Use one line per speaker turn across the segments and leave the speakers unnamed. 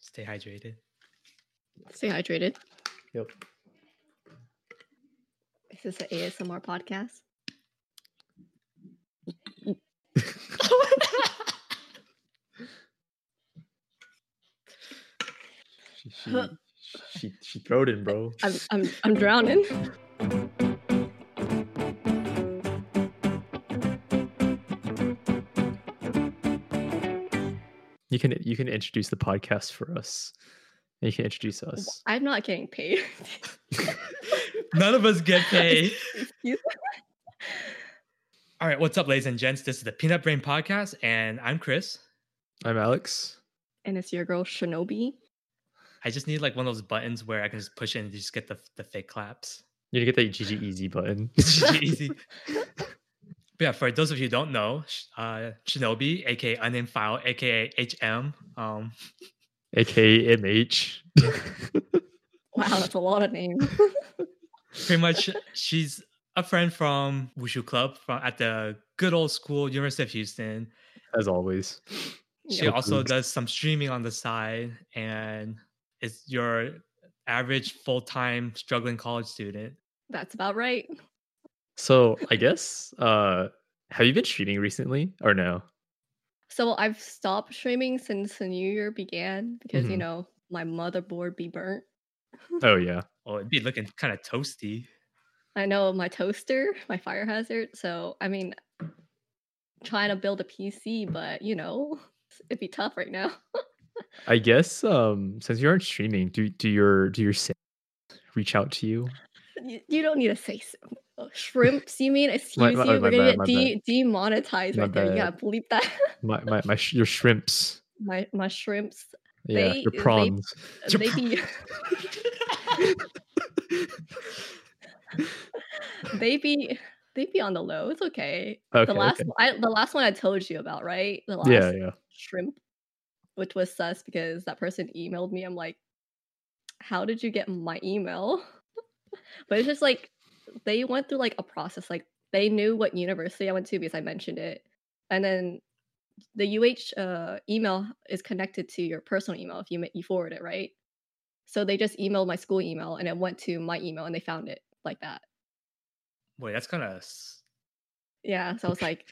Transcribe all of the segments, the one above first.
Stay hydrated.
Stay hydrated.
Yep.
Is this an ASMR podcast?
She she she, she throwed in, bro.
I'm I'm I'm drowning.
You can you can introduce the podcast for us. You can introduce us.
I'm not getting paid.
None of us get paid.
you.
All right, what's up, ladies and gents? This is the Peanut Brain Podcast, and I'm Chris.
I'm Alex.
And it's your girl Shinobi.
I just need like one of those buttons where I can just push it and just get the the fake claps.
You need to get that GG easy E button.
Easy. But yeah, for those of you who don't know, sh- uh, Shinobi, aka Unnamed File, aka HM, um,
AKA MH.
Wow, that's a lot of names.
pretty much she's a friend from Wushu Club from at the good old school University of Houston.
As always.
She
Yeah.
Yep.
also
Oops.
does some streaming on the side and is your average full time struggling college student.
That's about right.
So I guess uh have you been streaming recently or no?
So I've stopped streaming since the new year began because
Mm-hmm.
you
Mhm.
know my motherboard be burnt.
Oh yeah.
Oh, it'd be looking kind of toasty.
I know my toaster, my fire hazard. So I mean, trying to build a PC, but you know, it'd be tough right now.
I guess um since you aren't streaming, do do your do your sa- reach out to you?
You, you don't need to say s- uh, shrimps. You mean excuse
My- my-
you?
my
We're gonna
bad,
get
my
de- demonetized
My
right there. You
bad.
gotta bleep that.
My my, my sh- your shrimps.
my my shrimps.
Yeah,
They-
your
they-
prawns.
Your
They be they be they be on the low. It's okay.
Okay.
the last
okay.
I, the last one I told you about, right? The last
Yeah, yeah.
shrimp, which was sus because that person emailed me. I'm like, how did you get my email? but it's just like they went through like a process. Like they knew what university I went to because I mentioned it, and then the UH uh, email is connected to your personal email if you ma- you forward it right. So they just emailed my school email and it went to my email and they found it like that.
Wait, that's kind of.
Yeah. So I was like,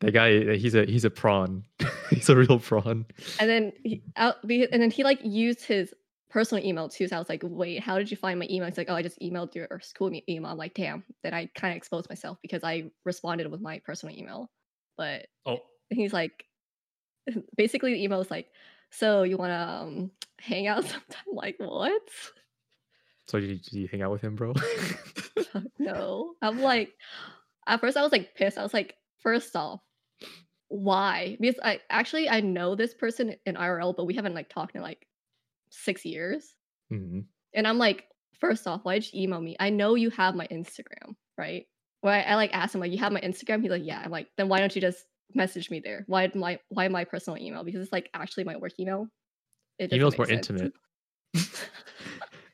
That guy he's a he's a prawn. he's a real prawn.
and then he, out, be- and then he like used his personal email too. So I was like, wait, how did you find my email? He's like, oh, I just emailed your school me- email. I'm like, damn. Then I kind of exposed myself because I responded with my personal email. But
Oh,
he's like, basically the email was like, so you want to um, hang out sometime? Like what?
So do you, do you hang out with him, bro?
no. I'm like, at first I was like pissed. I was like, first off. Why? Because I actually I know this person in IRL, but we haven't like talked in like six years.
Mm-hmm.
Mhm.
And I'm like, first off, why did you email me? I know you have my Instagram, right? Where I, I like asked him, like, you have my Instagram? He's like, yeah. I'm like, then why don't you just message me there? Why my why my personal email? Because it's like actually my work email. It doesn't
Email's
make
more
sense.
intimate.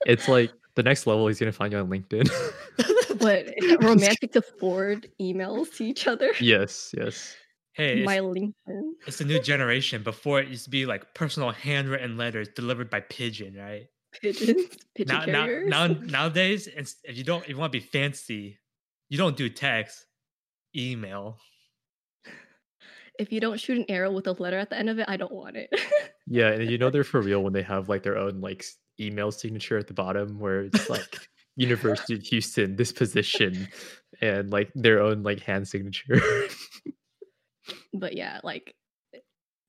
it's like the next level he's gonna find you on LinkedIn.
But is it romantic to forward emails to each other?
yes, yes.
hey, it's,
My LinkedIn.
it's a new generation. Before it used to be like personal handwritten letters delivered by pigeon, right?
Pigeons. Pigeon
now, now,
carriers.
now, nowadays, it's- if you don't, if you want to be fancy, you don't do text, email.
if you don't shoot an arrow with a letter at the end of it, I don't want it.
Yeah, and you know they're for real when they have like their own like s- email signature at the bottom where it's like University of Houston, this position, and like their own like hand signature.
but yeah, like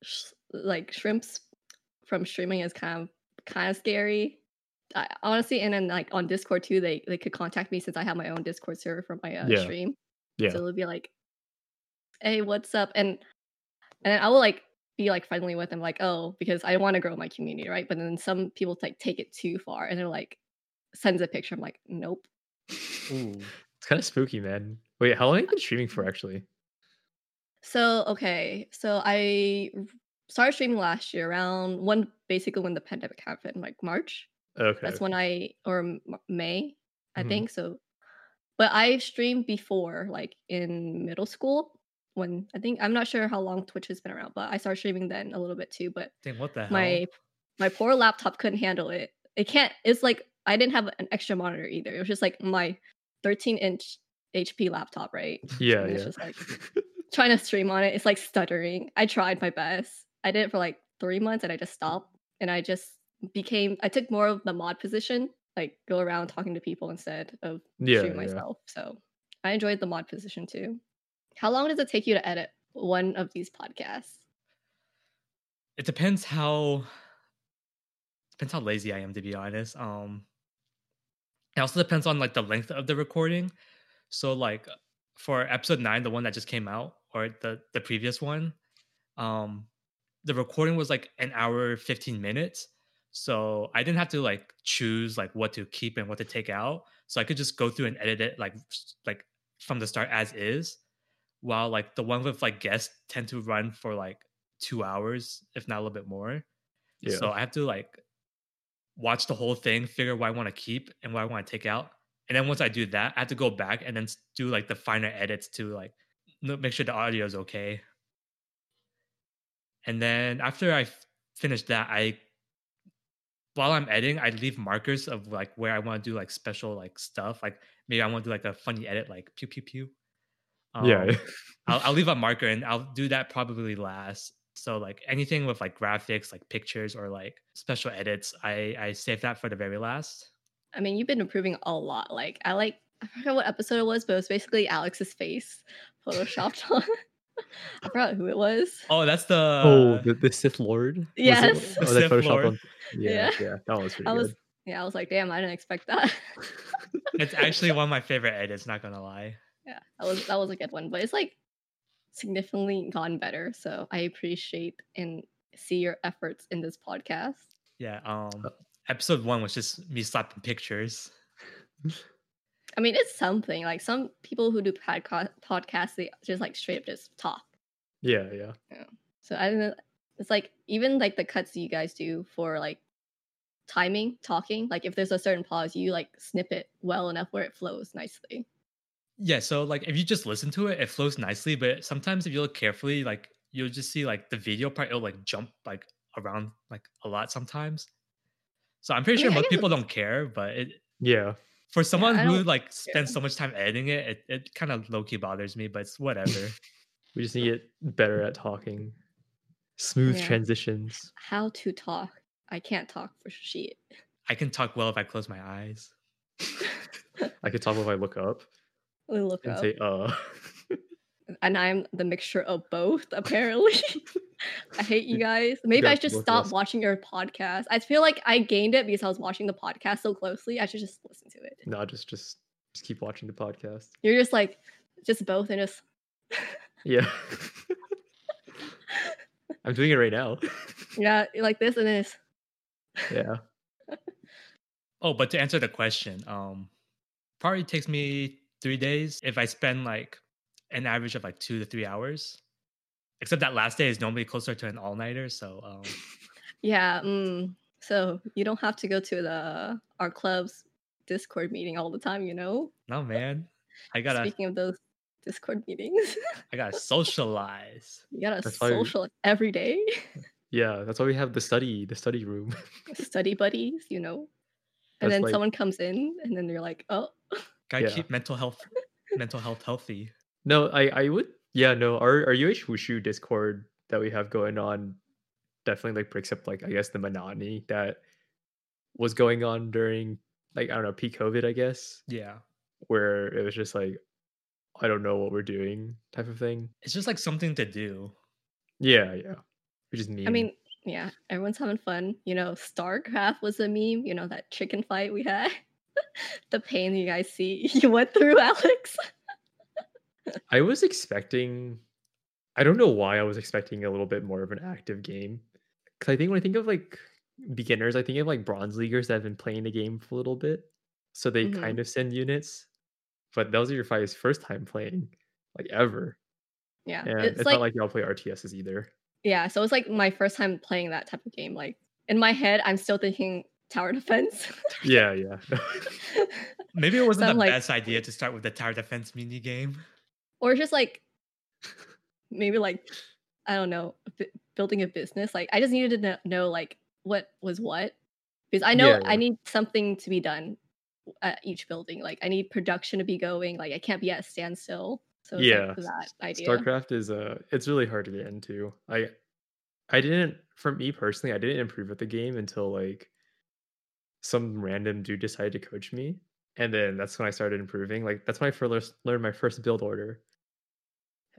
sh- like shrimps from streaming is kind of kind of scary. I, honestly, and then like on Discord too, they they could contact me since I have my own Discord server for my uh,
Yeah.
stream.
Yeah.
So it'll be like, hey, what's up? And and then I will like be like friendly with them, like oh, because I want to grow my community, right? But then some people like take it too far, and they're like sends a picture. I'm like, nope.
Ooh.
it's kind of spooky, man. Wait, how long have you been streaming for actually?
So okay, so I r- started streaming last year around when basically when the pandemic happened, like March.
Okay.
That's when I or M- May, I
Mhm.
think. So, but I streamed before, like in middle school. When I think I'm not sure how long Twitch has been around, but I started streaming then a little bit too. But
Uh-huh.
Dang, what the hell?
my my poor laptop couldn't handle it. It can't. It's like I didn't have an extra monitor either. It was just like my 13 inch HP laptop, right?
Yeah,
And
yeah.
it's just like trying to stream on it. It's like stuttering. I tried my best. I did it for like three months and I just stopped. And I just became, I took more of the mod position, like go around talking to people instead of
yeah,
stream
yeah.
myself. So I enjoyed the mod position too. How long does it take you to edit one of these podcasts?
It depends how depends how lazy I am to be honest. Um it also depends on like the length of the recording. So like for episode 9, the one that just came out or the the previous one, um the recording was like an hour 15 minutes. So I didn't have to like choose like what to keep and what to take out. So I could just go through and edit it like s- like from the start as is. While like the one with like guests tend to run for like two hours, if not a little bit more.
yeah.
So I have to like watch the whole thing, figure what I want to keep and what I want to take out. And then once I do that, I have to go back and then s- do like the finer edits to like n- make sure the audio is okay. And then after I f- finish that, I while I'm editing, I leave markers of like where I want to do like special like stuff. Like maybe I want to do like a funny edit, like pew pew pew.
yeah.
Um, I'll, I'll leave a marker and I'll do that probably last. So like anything with like graphics, like pictures or like special edits, I I save that for the very last.
I mean, you've been improving a lot. Like I like I forgot what episode it was, but it was basically Alex's face photoshopped on. I forgot who it was.
Oh, that's the
oh, the, the Sith Lord. Was it-
Uh, Yes.
oh,
Sith
that photoshopped
Lord.
on- Yeah,
Yeah.
yeah, That was pretty
I was
good.
yeah, I was like, damn, I didn't expect that.
it's actually one of my favorite edits. Not gonna lie.
yeah, that was that was a good one. But it's like significantly gone better. So I appreciate and see your efforts in this podcast.
Yeah. Um,
Uh.
episode one was just me slapping pictures.
I mean, it's something. Like some people who do podca- podcasts, they just like straight up just talk.
Yeah, yeah.
So I don't know. It's like even like the cuts you guys do for like timing, talking. Like if there's a certain pause, you like snip it well enough where it flows nicely.
Yeah. So like if you just listen to it, it flows nicely. But sometimes if you look carefully, like you'll just see like the video part. It'll like jump like around like a lot sometimes. So I'm pretty
I
sure
mean, I
most
guess
people don't care, but it,
Yeah.
for someone
I
who
don't
like spends so much time editing it, it, it kind of low key bothers me, but it's whatever.
We just need to get better at talking. Smooth
Yeah.
transitions.
How to talk. I can't talk for shit.
I can talk well if I close my eyes.
I could talk if I look up
Let me look
and
up.
say, uh.
and I'm the mixture of both, apparently. I hate you
You-
guys. Maybe I
guys
should
both
stop
lost.
watching your podcast. I feel like I gained it because I was watching the podcast so closely. I should just listen to it.
no, just just just keep watching the podcast.
You're just like, just both and just
Yeah. I'm doing it right now.
yeah, like this and this.
Yeah.
Oh, but to answer the question, um, probably takes me three days if I spend like an average of like two to three hours. Except that last day is normally closer to an all nighter, so um,
Yeah. Mm. So you don't have to go to the our club's Discord meeting all the time, you know.
no man, I gotta
Speaking of those Discord meetings,
I gotta socialize.
you gotta
That's why we-
social every day.
Yeah. That's why we have the study, the study room.
Study buddies, you know. And
That's
then
like-
someone comes in, and then you're like, oh,
Gotta
Yeah.
keep mental health mental health healthy.
No, I I would yeah, no, our our UH Wushu Discord that we have going on definitely like breaks up like I guess the monotony that was going on during like I don't know, peak COVID, I guess,
Yeah.
where it was just like I don't know what we're doing type of thing.
It's just like something to do.
Yeah, yeah. Which is mean.
I mean, yeah, everyone's having fun. You know, StarCraft was a meme, you know, that chicken fight we had. the pain you guys see you went through, Alex.
I was expecting I don't know why I was expecting a little bit more of an active game. Cause I think when I think of like beginners, I think of like bronze leaguers that have been playing the game for a little bit. So they
Mhm.
kind of send units. But those are your five's first time playing, like ever.
Yeah.
And it's,
it's
not
like,
like y'all play RTSs either.
yeah, so it's like my first time playing that type of game. Like in my head, I'm still thinking tower defense.
Yeah, yeah.
Maybe it wasn't
I'm
the
like-
best idea to start with the tower defense mini game.
or just like maybe like I don't know, bu- building a business. Like I just needed to kn- know like what was what because I know
Yeah, yeah.
I need something to be done at each building. Like I need production to be going. Like I can't be at a standstill. So it's
Yeah,
like that idea.
StarCraft is uh it's really hard to get into. I I didn't for me personally, I didn't improve at the game until like some random dude decided to coach me. And then that's when I started improving. Like that's when I first learned my first build order.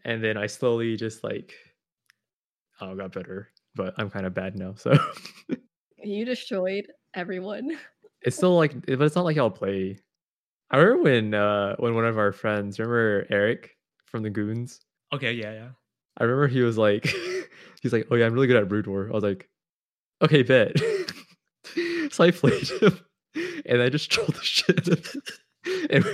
And then I slowly just like oh got better. But I'm kind of bad now. So
You destroyed everyone.
it's still like it- but it's not like I'll play. I remember when uh when one of our friends, remember Eric from the Goons?
Okay, yeah, yeah.
I remember he was like, he's like, oh yeah, I'm really good at Brood War. I was like, okay, bet. so I played him, and I just trolled the shit. out of him. and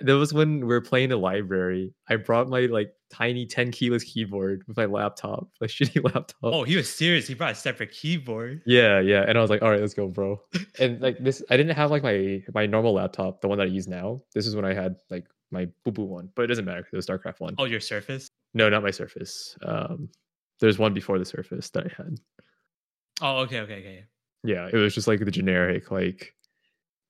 that was when we were playing a library. I brought my like tiny 10 keyless keyboard with my laptop, my shitty laptop.
Oh, he was serious. He brought a separate keyboard.
Yeah, yeah. And I was like, all right, let's go, bro. And like this, I didn't have like my my normal laptop, the one that I use now. This is when I had like my boo boo one, but it doesn't matter because it was StarCraft one.
Oh, your Surface.
No, not my Surface. Um, there's one before the Surface that I had.
Oh, okay, okay, okay.
Yeah, it was just like the generic, like,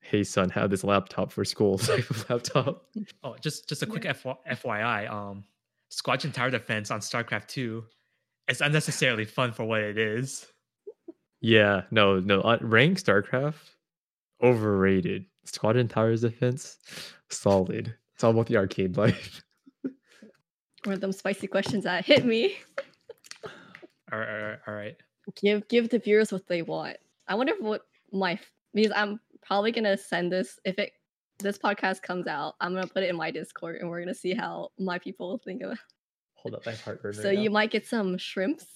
"Hey son, have this laptop for school" type of laptop.
Oh, just just a quick F- FYI. Um, Squadron Tower Defense on StarCraft Two is unnecessarily fun for what it is.
Yeah, no, no. uh, Rank StarCraft overrated. Squadron Towers Defense solid. It's all about the arcade life.
One of them spicy questions that hit me.
All right, all right, all right.
Give give the viewers what they want. I wonder what my f- because I'm probably gonna send this if it this podcast comes out. I'm gonna put it in my Discord and we're gonna see how my people think of it.
Hold up, my heart
So you might get some shrimps.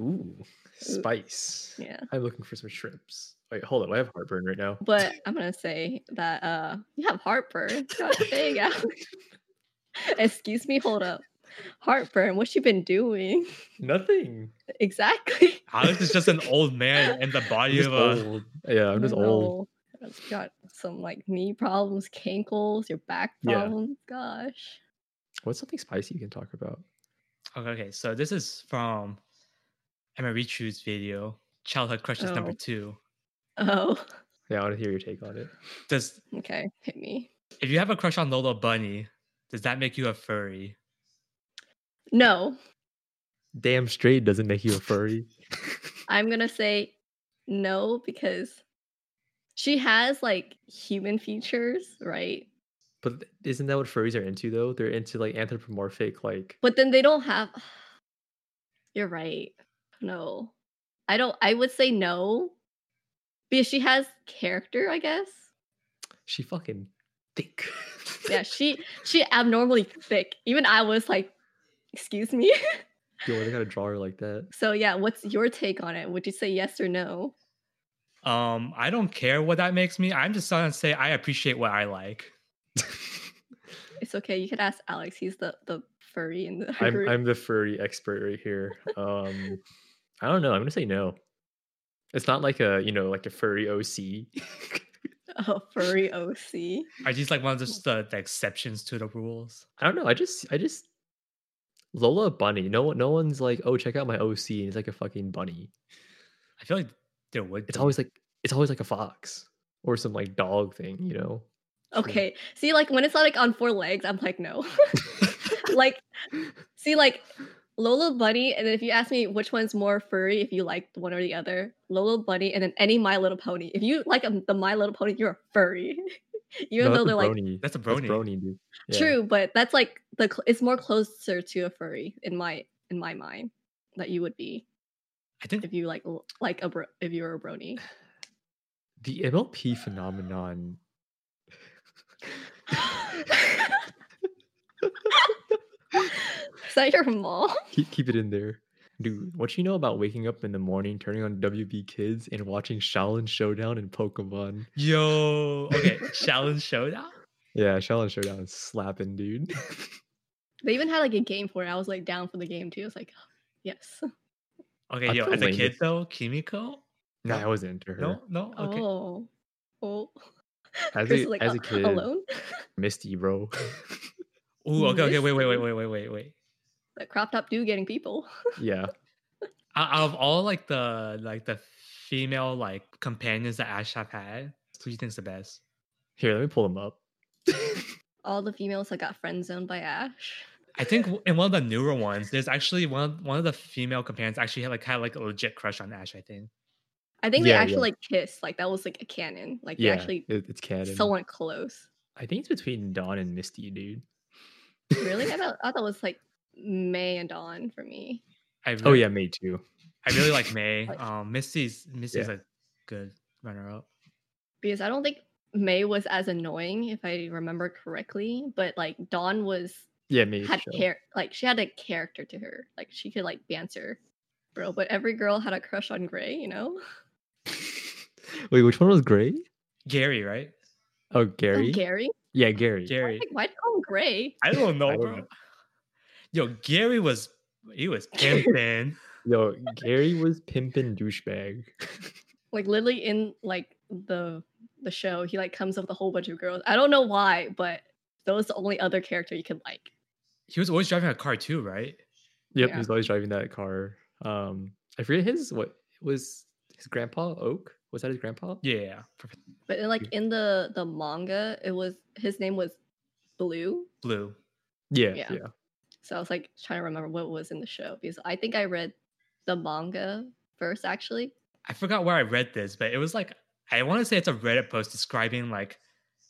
Ooh, spice.
Yeah.
I'm looking for some shrimps. Wait, hold up. I have heartburn right now.
But I'm gonna say that uh you have heartburn. God dang, Alex. Excuse me, hold up. Heartburn, what you been doing?
Nothing.
Exactly.
Alex is just an old man in the
I'm
body
just
of a.
old. Yeah, I'm just old.
No. It's Got some like knee problems, cankles, your back
Yeah.
problems. Gosh.
What's something spicy you can talk about?
Okay, okay. So this is from Emerichu's video, childhood crushes number
Oh.
two.
Oh,
Yeah, I want to hear your take on it.
Does
okay. Hit me.
if you have a crush on Lola Bunny, does that make you a furry?
No,
Damn straight doesn't make you a furry.
I'm gonna say no because she has like human features, right?
but th- isn't that what furries are into though? They're into like anthropomorphic, like
But then they don't have. You're right. No, I don't. I would say no because she has character, I guess.
she fucking thick.
Yeah, she she abnormally thick. Even I was like, excuse me.
Yo, they gotta draw her like that.
So yeah, what's your take on it? Would you say yes or no?
Um, I don't care what that makes me. I'm just trying to say I appreciate what I like.
It's okay. You could ask Alex. He's the the furry in the
I'm
group.
I'm the furry expert right here. Um I don't know. I'm gonna say no. It's not like a you know like a furry OC.
Oh, furry OC.
Are these like one of those the, the exceptions to the rules?
I don't know. I just I just Lola bunny. No one no one's like oh check out my OC and it's like a fucking bunny.
I feel like there would.
It's
be.
always like it's always like a fox or some like dog thing. You know.
Okay. See, like when it's like on four legs, I'm like no. like, see, like Lola Bunny, and then if you ask me which one's more furry, if you like one or the other, Lola Bunny, and then any My Little Pony. If you like um, the My Little Pony, you're a furry, even though they're like
that's a
That's
brony.
brony, dude. Yeah.
True, but that's like the cl- it's more closer to a furry in my in my mind that you would be
I think
if you like l- like a bro- if you were a brony.
The MLP phenomenon.
Is that your mall?
Keep, keep it in there. Dude, what you know about waking up in the morning, turning on WB Kids, and watching Shaolin Showdown and Pokemon?
yo okay. Shaolin Showdown.
Yeah, Shaolin Showdown is slapping, dude.
They even had like a game for it. I was like down for the game too. I was like, yes.
Okay,
I
yo.
feel
As a
lame
kid
if-
though, Kimiko.
nah, I wasn't into her.
No, no. Okay.
Oh, oh.
As
Chris
a,
is like,
as
"Uh,
a kid,
alone.
Misty, bro.
Ooh, okay, okay, wait, wait, wait,
Misty.
wait, wait, wait, wait.
That crop top dude getting people.
yeah.
Out out of all like the like the female like companions that Ash have had? Who do you think's the best?
Here, let me pull them up.
All the females that got friend zoned by Ash.
I think w- in one of the newer ones, there's actually one of- one of the female companions actually had like had like a legit crush on Ash. I think.
I think they
Yeah, yeah.
actually like kissed. Like that was like a canon. Like
yeah,
they actually
it- it's canon.
still went close.
I think it's between Dawn and Misty, dude.
Really? I thought I thought it was like May and Dawn for me.
I really,
Oh yeah, me too.
I really like May.
Like-
Um, Misty's Misty's
Yeah.
a good runner up.
Because I don't think May was as annoying if I remember correctly, but like Dawn was
Yeah, me.
had
sure.
care like she had a character to her. Like she could like banter. Bro, but every girl had a crush on Gray, you know?
Wait, which one was Gray?
Gary, right?
Oh,
Oh,
Gary.
Gary?
Yeah, Gary.
Gary.
Like, why'd you call him Gray?
I don't know,
I don't
bro.
know.
Yo, Gary was he was pimping.
Yo, Gary was pimpin' douchebag.
Like literally in like the the show, he like comes up with a whole bunch of girls. I don't know why, but that was the only other character you could like.
he was always driving a car too, right?
Yep,
Yeah.
he's always driving that car. Um, I forget his what was his grandpa Oak. Was that his grandpa?
Yeah,
But in, like in the the manga, it was his name was Blue.
blue.
Yeah, yeah.
Yeah. So I was like trying to remember what was in the show because I think I read the manga first actually.
I forgot where I read this, but it was like I want to say it's a Reddit post describing like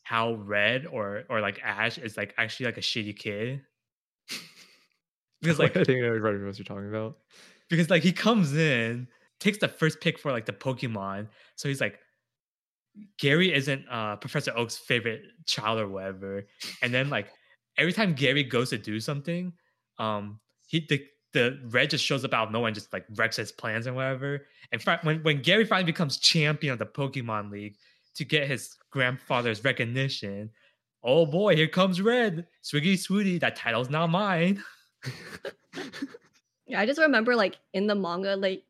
how Red or or like Ash is like actually like a shitty kid. because like
I think I remember what you're talking about.
because like he comes in, takes the first pick for like the Pokemon, so he's like Gary isn't uh Professor Oak's favorite child or whatever, and then like every time Gary goes to do something, um he the the red just shows up out of nowhere and just like wrecks his plans and whatever. And fi- when when Gary finally becomes champion of the Pokemon League to get his grandfather's recognition, oh boy, here comes Red, Swiggy Swooty. That title's not mine.
Yeah, I just remember like in the manga, like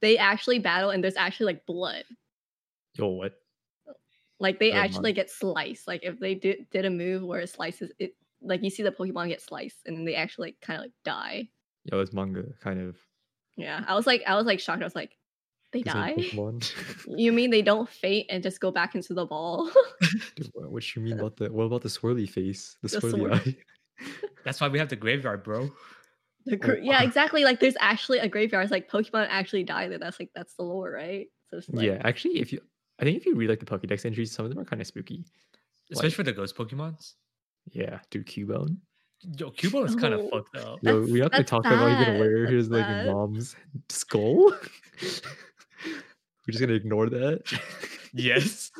they actually battle and there's actually like blood.
Yo, what?
Like they
Oh my.
actually get sliced. Like if they did did a move where it slices it like you see the Pokemon get sliced and then they actually like, kinda like die.
Yo, it's manga kind of.
Yeah. I was like I was like shocked. I was like, they
it's like
die?
Pokemon.
You mean they don't faint and just go back into the ball?
Dude, what, what you mean about the? What about the swirly face? The,
The
swirly
swirl-
eye.
That's why we have the graveyard, bro.
The
Oh,
gra- yeah,
wow.
exactly. Like there's actually a graveyard. It's like Pokemon actually die there. That's like that's the lore, right? So it's like,
yeah, actually, if you, I think if you read like the Pokédex entries, some of them are kind of spooky.
especially
Like-
for the ghost Pokemons.
Yeah, dude, Cubone.
Yo, Cubone is kind of
No.
fucked up.
Yo,
That's-
we have to
that's
talk about you gonna
bad,
wear
that's
his like
bad.
mom's skull. We're just gonna ignore that.
Yes,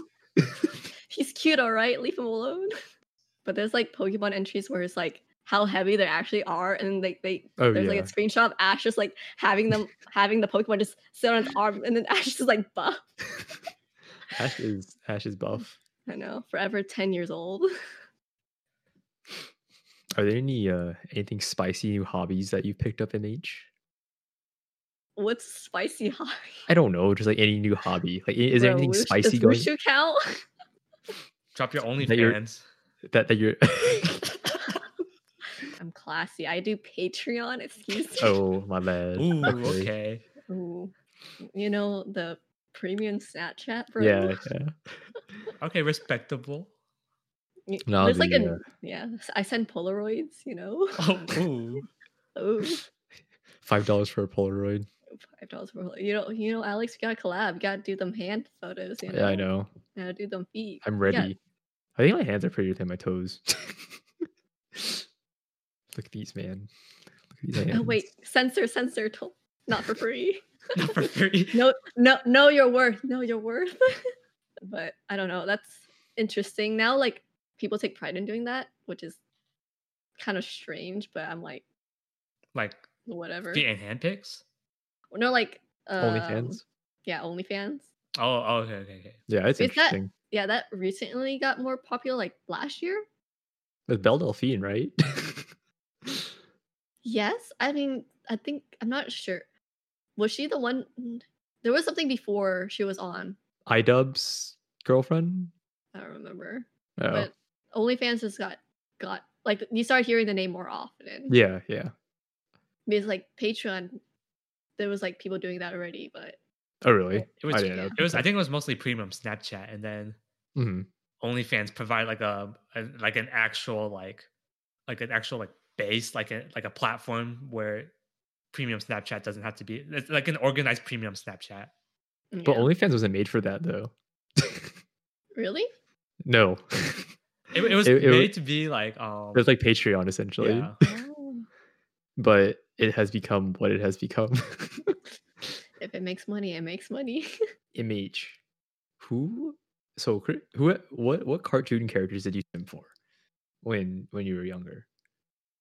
he's cute, all right. Leave him alone. But there's like Pokemon entries where it's like how heavy they actually are, and like they,
Oh
there's
yeah,
like a screenshot of Ash just like having them having the Pokemon just sit on his arm, and then Ash is like buff.
Ash is Ash is buff.
I know, forever ten years old.
Are there any uh anything spicy new hobbies that you picked up in H?
What's spicy high?
I don't know, just like any new hobby. Like i- is there
Bro,
anything
Wush- does
spicy going
Wushu count?
drop your
That you're-
OnlyFans.
that that you're
I'm classy. I do Patreon. Excuse me.
Oh my bad.
Ooh, okay.
Ooh, you know the premium Snapchat, bro.
Yeah, yeah.
Okay, respectable.
Y-
No,
there's like
the,
a
uh,
yeah. s- I send Polaroids, you know.
Oh, ooh.
Oh,
Five dollars for a Polaroid.
five dollars for Polaroid. you know, you know, Alex, you gotta collab. You gotta do them hand photos. You know?
Yeah, I know.
You gotta do them feet.
I'm ready. I think my hands are prettier than my toes. Look at these, man. Look at these hands.
Oh wait, censor, censor, to- not for free.
Not for free.
No, no, know your worth. Know your worth. but I don't know. That's interesting. Now, like people take pride in doing that, which is kind of strange. But I'm like,
Like
whatever.
feet and hand pics.
No, like um,
Only hands.
Yeah, OnlyFans.
Oh, oh, okay, okay, okay.
Yeah, it's
Is that-
interesting.
Yeah, that recently got more popular, like last year.
With Belle Delphine, right?
Yes, I mean, I think I'm not sure. Was she the one? mm, There was something before she was on.
iDubbbz girlfriend.
I don't remember.
Oh,
But OnlyFans just got got like you start hearing the name more often.
yeah, yeah.
because like Patreon, there was like people doing that already, but
Oh, really?
It was
I didn't know.
it was I think it was mostly premium Snapchat, and then
hmm
OnlyFans provide like a, a like an actual like like an actual like base like a like a platform where premium Snapchat doesn't have to be it's like an organized premium Snapchat.
But
Yeah.
OnlyFans wasn't made for that though.
really?
no,
It, it was
It- it wa-
made to be like um
it's like Patreon essentially,
yeah.
Oh,
but it has become what it has become.
if it makes money, it makes money.
Image. Who? So cr- who? What? What cartoon characters did you swim for when when you were younger?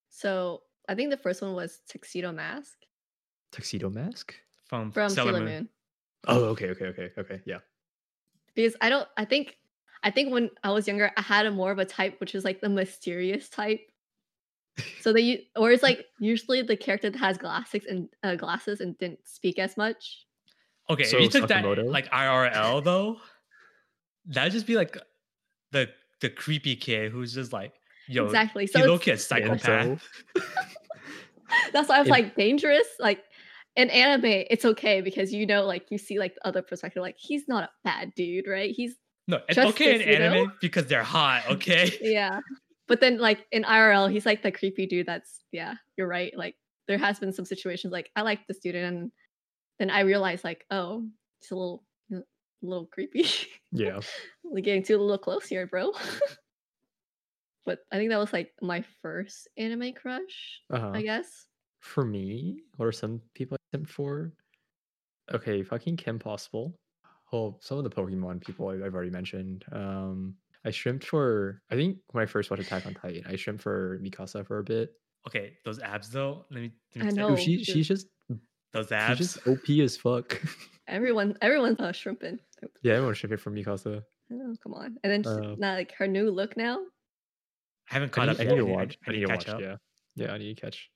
so I think the first one was Tuxedo Mask
Tuxedo Mask.
from,
from
Sailor Moon.
Oh, okay, okay, okay, okay. Yeah.
Because I don't I think I think when I was younger I had a more of a type which is like the mysterious type. So they u- or it's like usually the character that has glasses and uh, glasses and didn't speak as much.
Okay,
So
if you took that
Sakamoto?
like IRL though, that'd just be like the the creepy kid who's just like, yo,
exactly. So
you low
it's-
kid psychopath.
That's why I was
It-
like dangerous. Like in anime, it's okay because you know, like you see like the other perspective. Like he's not a bad dude, right? He's
No, it's
Justice,
okay in
you know?
anime because they're hot. Okay,
yeah. But then like in IRL, he's like the creepy dude. That's yeah, you're right. Like there has been some situations like I like the student, and then I realized like oh, it's a little, a little creepy.
Yeah.
like getting too a little close here, bro. but I think that was like my first anime crush,
Uh-huh.
I guess.
For me, or some people I sent for. Okay, fucking Kim Possible. Well, some of the Pokemon people I- I've already mentioned. Um, I shrimped for. I think when I first watched Attack on Titan, I shrimped for Mikasa for a bit.
okay, those abs though. Let me, let
I
me
know.
Dude,
Oh,
she
dude.
she's just
those
she's
abs.
just OP as fuck.
Everyone, everyone's uh, shrimping. Oops.
yeah, everyone shipped it for Mikasa.
Oh, come on. And then just,
Uh,
now, like her new look now.
I haven't
I
caught
need,
up.
I
yet.
need to watch.
I need to catch
watch.
up.
Yeah, yeah. I need to catch.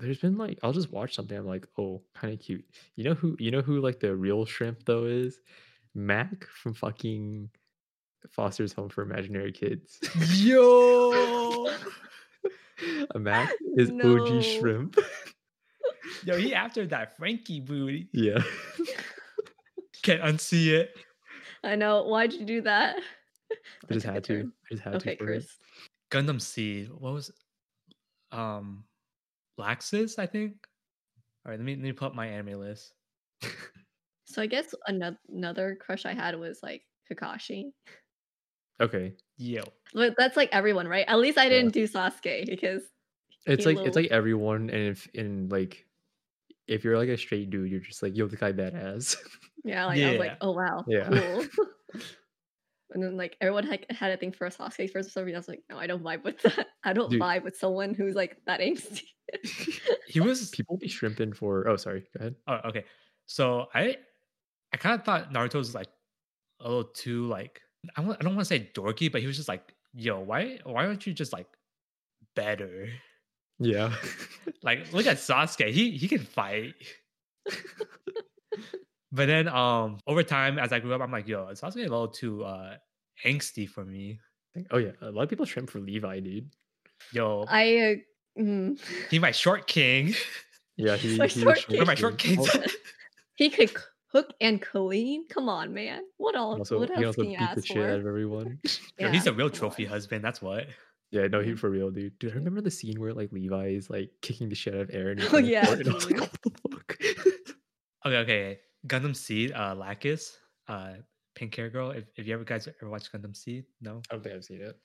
There's been like I'll just watch something. I'm like, oh, kind of cute. You know who? You know who? Like the real shrimp though is Mac from fucking Foster's Home for Imaginary Kids.
Yo,
A Mac is
Oh. No.
OG shrimp.
yo, he after that Frankie booty.
yeah.
Can't unsee it.
I know. Why'd you do that?
I just
took a
had to.
turn.
I just had
Okay,
to. for it.
Chris.
Gundam Seed. What was, um, Laxus? I think. All right, let me let me pull up my anime list.
So I guess another another crush I had was like Kakashi,
Okay.
Yo,
but that's like everyone, right? At least I
Yeah.
didn't do Sasuke because
It's
Hey,
like it's
Lil.
like everyone, and if in like if you're like a straight dude, you're just like yo, the guy badass.
yeah, like I was
Yeah.
like, oh wow,
Yeah.
cool. and then like everyone had, had a thing for Sasuke for some reason. I was like, no, I don't vibe with that. I don't
Dude.
vibe with someone who's like that angsty.
he was
People be shrimping for. Oh, sorry. Go ahead.
Oh, okay. So I, I kind of thought Naruto was like a little too like I want I don't want to say dorky, but he was just like, yo, why why aren't you just like better?
Yeah.
Like look at Sasuke, he he can fight. but then um over time as I grew up, I'm like, yo, Sasuke a little too uh angsty for me.
oh yeah, a lot of people shrimp for Levi, dude.
Yo,
I uh, mm,
he my short king.
Yeah, he,
My
he
short
was
Where
king.
my short
shrimping.
kings?
Al-
he could c- hook and clean. Come on, man. What all?
Also,
what
he
else
also
can you
beat the
ask
shit out
for?
of everyone.
Yo, he's
Yeah,
a real
come
trophy
on.
husband. That's what.
Yeah, no, he
Mhm.
for real, dude. Dude, I remember the scene where like Levi is like kicking the shit out of Aaron. in
Oh,
front of
yeah,
court, and I was like,
dude.
what the fuck?
Okay, okay. Gundam Seed, uh, Lacus, uh, pink hair girl. If, if you ever guys ever watched Gundam Seed, no.
I don't think I've seen it,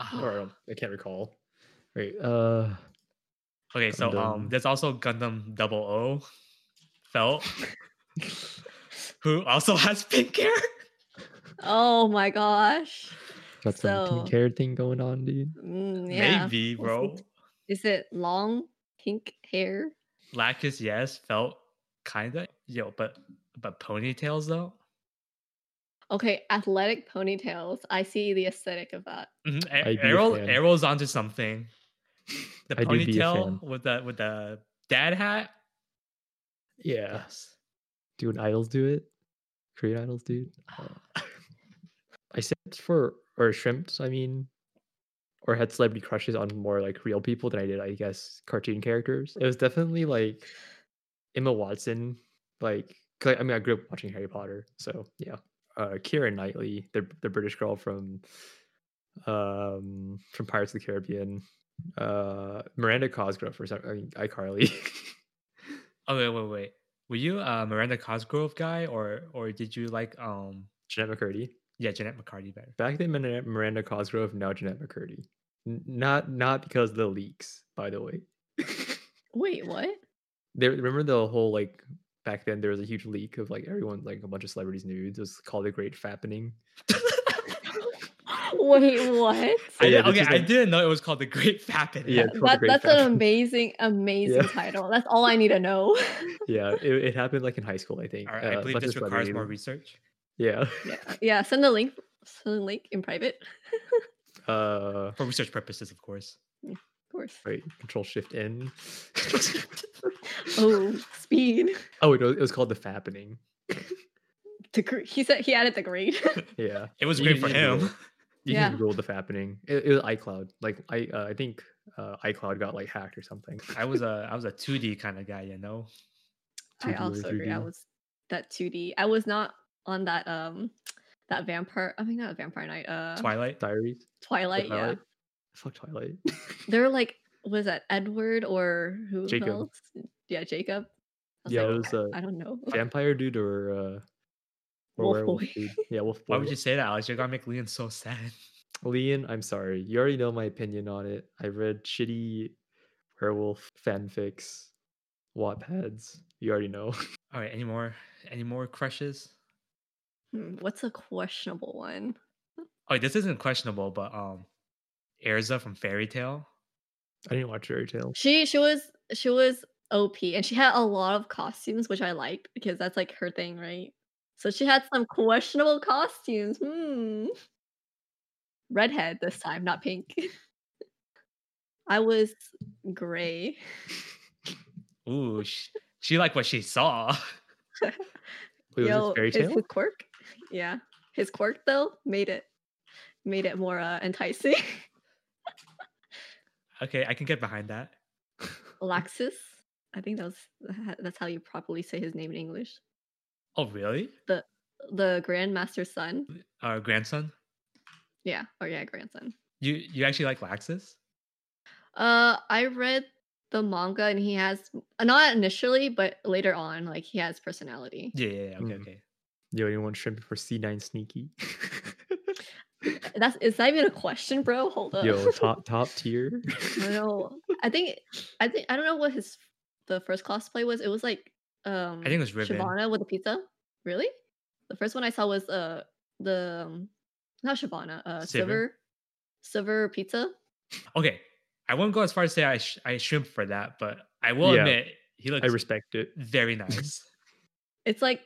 Oh.
Ah,
or I,
um,
don't, I can't recall. Wait, uh,
okay, so um,
Gundam.
there's also Gundam Double O, Felt, who also has pink hair.
Oh my gosh.
got some pink
So-
hair thing going on, dude.
Mm, yeah.
Maybe,
We'll see.
bro.
Is it long pink hair?
Lacus, yes. Felt, kinda. Yo, but but ponytails though.
Okay, athletic ponytails. I see the aesthetic of that.
Mhm, a-
I'd be a
Arrow,
fan.
arrows onto something. The
I do be a
ponytail
fan.
with the with the dad hat.
Yeah,
Yes.
dude, idols do it. Korean idols, dude. Uh, I sent for or shrimped, I mean, or had celebrity crushes on more like real people than I did, I guess, cartoon characters. It was definitely like Emma Watson, like Cause I, I mean, I grew up watching Harry Potter, so yeah. Uh, Kira Knightley, the the British girl from um from Pirates of the Caribbean. Uh, Miranda Cosgrove for some, I mean, iCarly.
Oh wait, wait, wait. Were you a Miranda Cosgrove guy, or or did you like um
Jeanette McCurdy.
yeah Jeanette McCarty better?
Back then, Miranda Miranda Cosgrove. Now Jeanette McCurdy. N- not not because of the leaks, by the way.
Wait, what?
there remember the whole like back then there was a huge leak of like everyone like a bunch of celebrities nudes it was called the great fappening
Wait, what?
I
Oh, Yeah,
did-
this
okay,
is
I
like-
didn't know it was called the Great Fapping.
Yeah, it's called The
That,
Great
that's an
Famine.
amazing, amazing
Yeah.
title. That's all I need to know.
yeah it, it happened like in high school i think
All right, I
uh,
believe
bunch of
this requires more
celebrities-
research.
yeah
yeah. yeah, send the link. Send the link in private,
uh
For research purposes, of course.
of course.
wait control shift n
Oh, speed.
oh it was, it was called the fappening
The gr- he said he added the grade.
yeah
It was
You
great
can
for
just
him.
Google it. you
Yeah.
can google the fappening it, it was icloud like i uh, i think uh, icloud got like hacked or something
I was a I was a 2D kind of guy, you know.
I
2D or
also agree. I
3D?
was that 2D. I was not on that um that vampire. I mean, not vampire night. Uh,
Twilight.
diaries
Twilight. Yeah,
fuck twilight
they're like was that Edward or who
Jacob.
else? Yeah, Jacob. I was
Yeah,
like,
it was,
I,
uh,
I don't know.
vampire dude or uh or
Wolf
werewolf
boy.
dude. Yeah, wolf boy.
Why would you say that, Alex? You're gonna make Leon so sad.
Leon, I'm sorry. You already know my opinion on it. I read shitty werewolf fanfics, Wattpads. You already know.
All right, any more any more crushes?
Hmm, what's a questionable one?
Oh, this isn't questionable, but um, Erza from Fairy Tale.
I didn't watch Fairy Tale.
She she was she was OP and she had a lot of costumes, which I liked because that's like her thing, right? So she had some questionable costumes. Hmm. Redhead this time, not pink. I was gray.
Ooh, she, she liked what she saw.
Wait, was
Yo,
it Fairy
his-
Tale?
His quirk, yeah, his quirk though made it made it more uh, enticing.
Okay, I can get behind that.
Laxus, I think that was that's how you properly say his name in English.
Oh, really?
The Grandmaster's son.
Our grandson.
Yeah, or yeah, grandson.
You you actually like Laxus?
Uh, I read the manga and he has uh, not initially, but later on, like he has personality.
Yeah, yeah, yeah. Okay,
Mm.
okay.
Yo, anyone shrimp for C9 Sneaky?
That's is that even a question, bro? Hold up.
Yo, top top tier.
I don't know. I think I think I don't know what his the first cosplay was. It was like um
I think it was Ribbon.
Shivana with a pizza. Really? The first one I saw was uh the um, not Shivana, uh
Sivir?
Silver Silver Pizza.
Okay, I won't go as far as say I sh- I shrimp for that, but I will
Yeah.
admit he looks
I respect it.
very nice.
It's like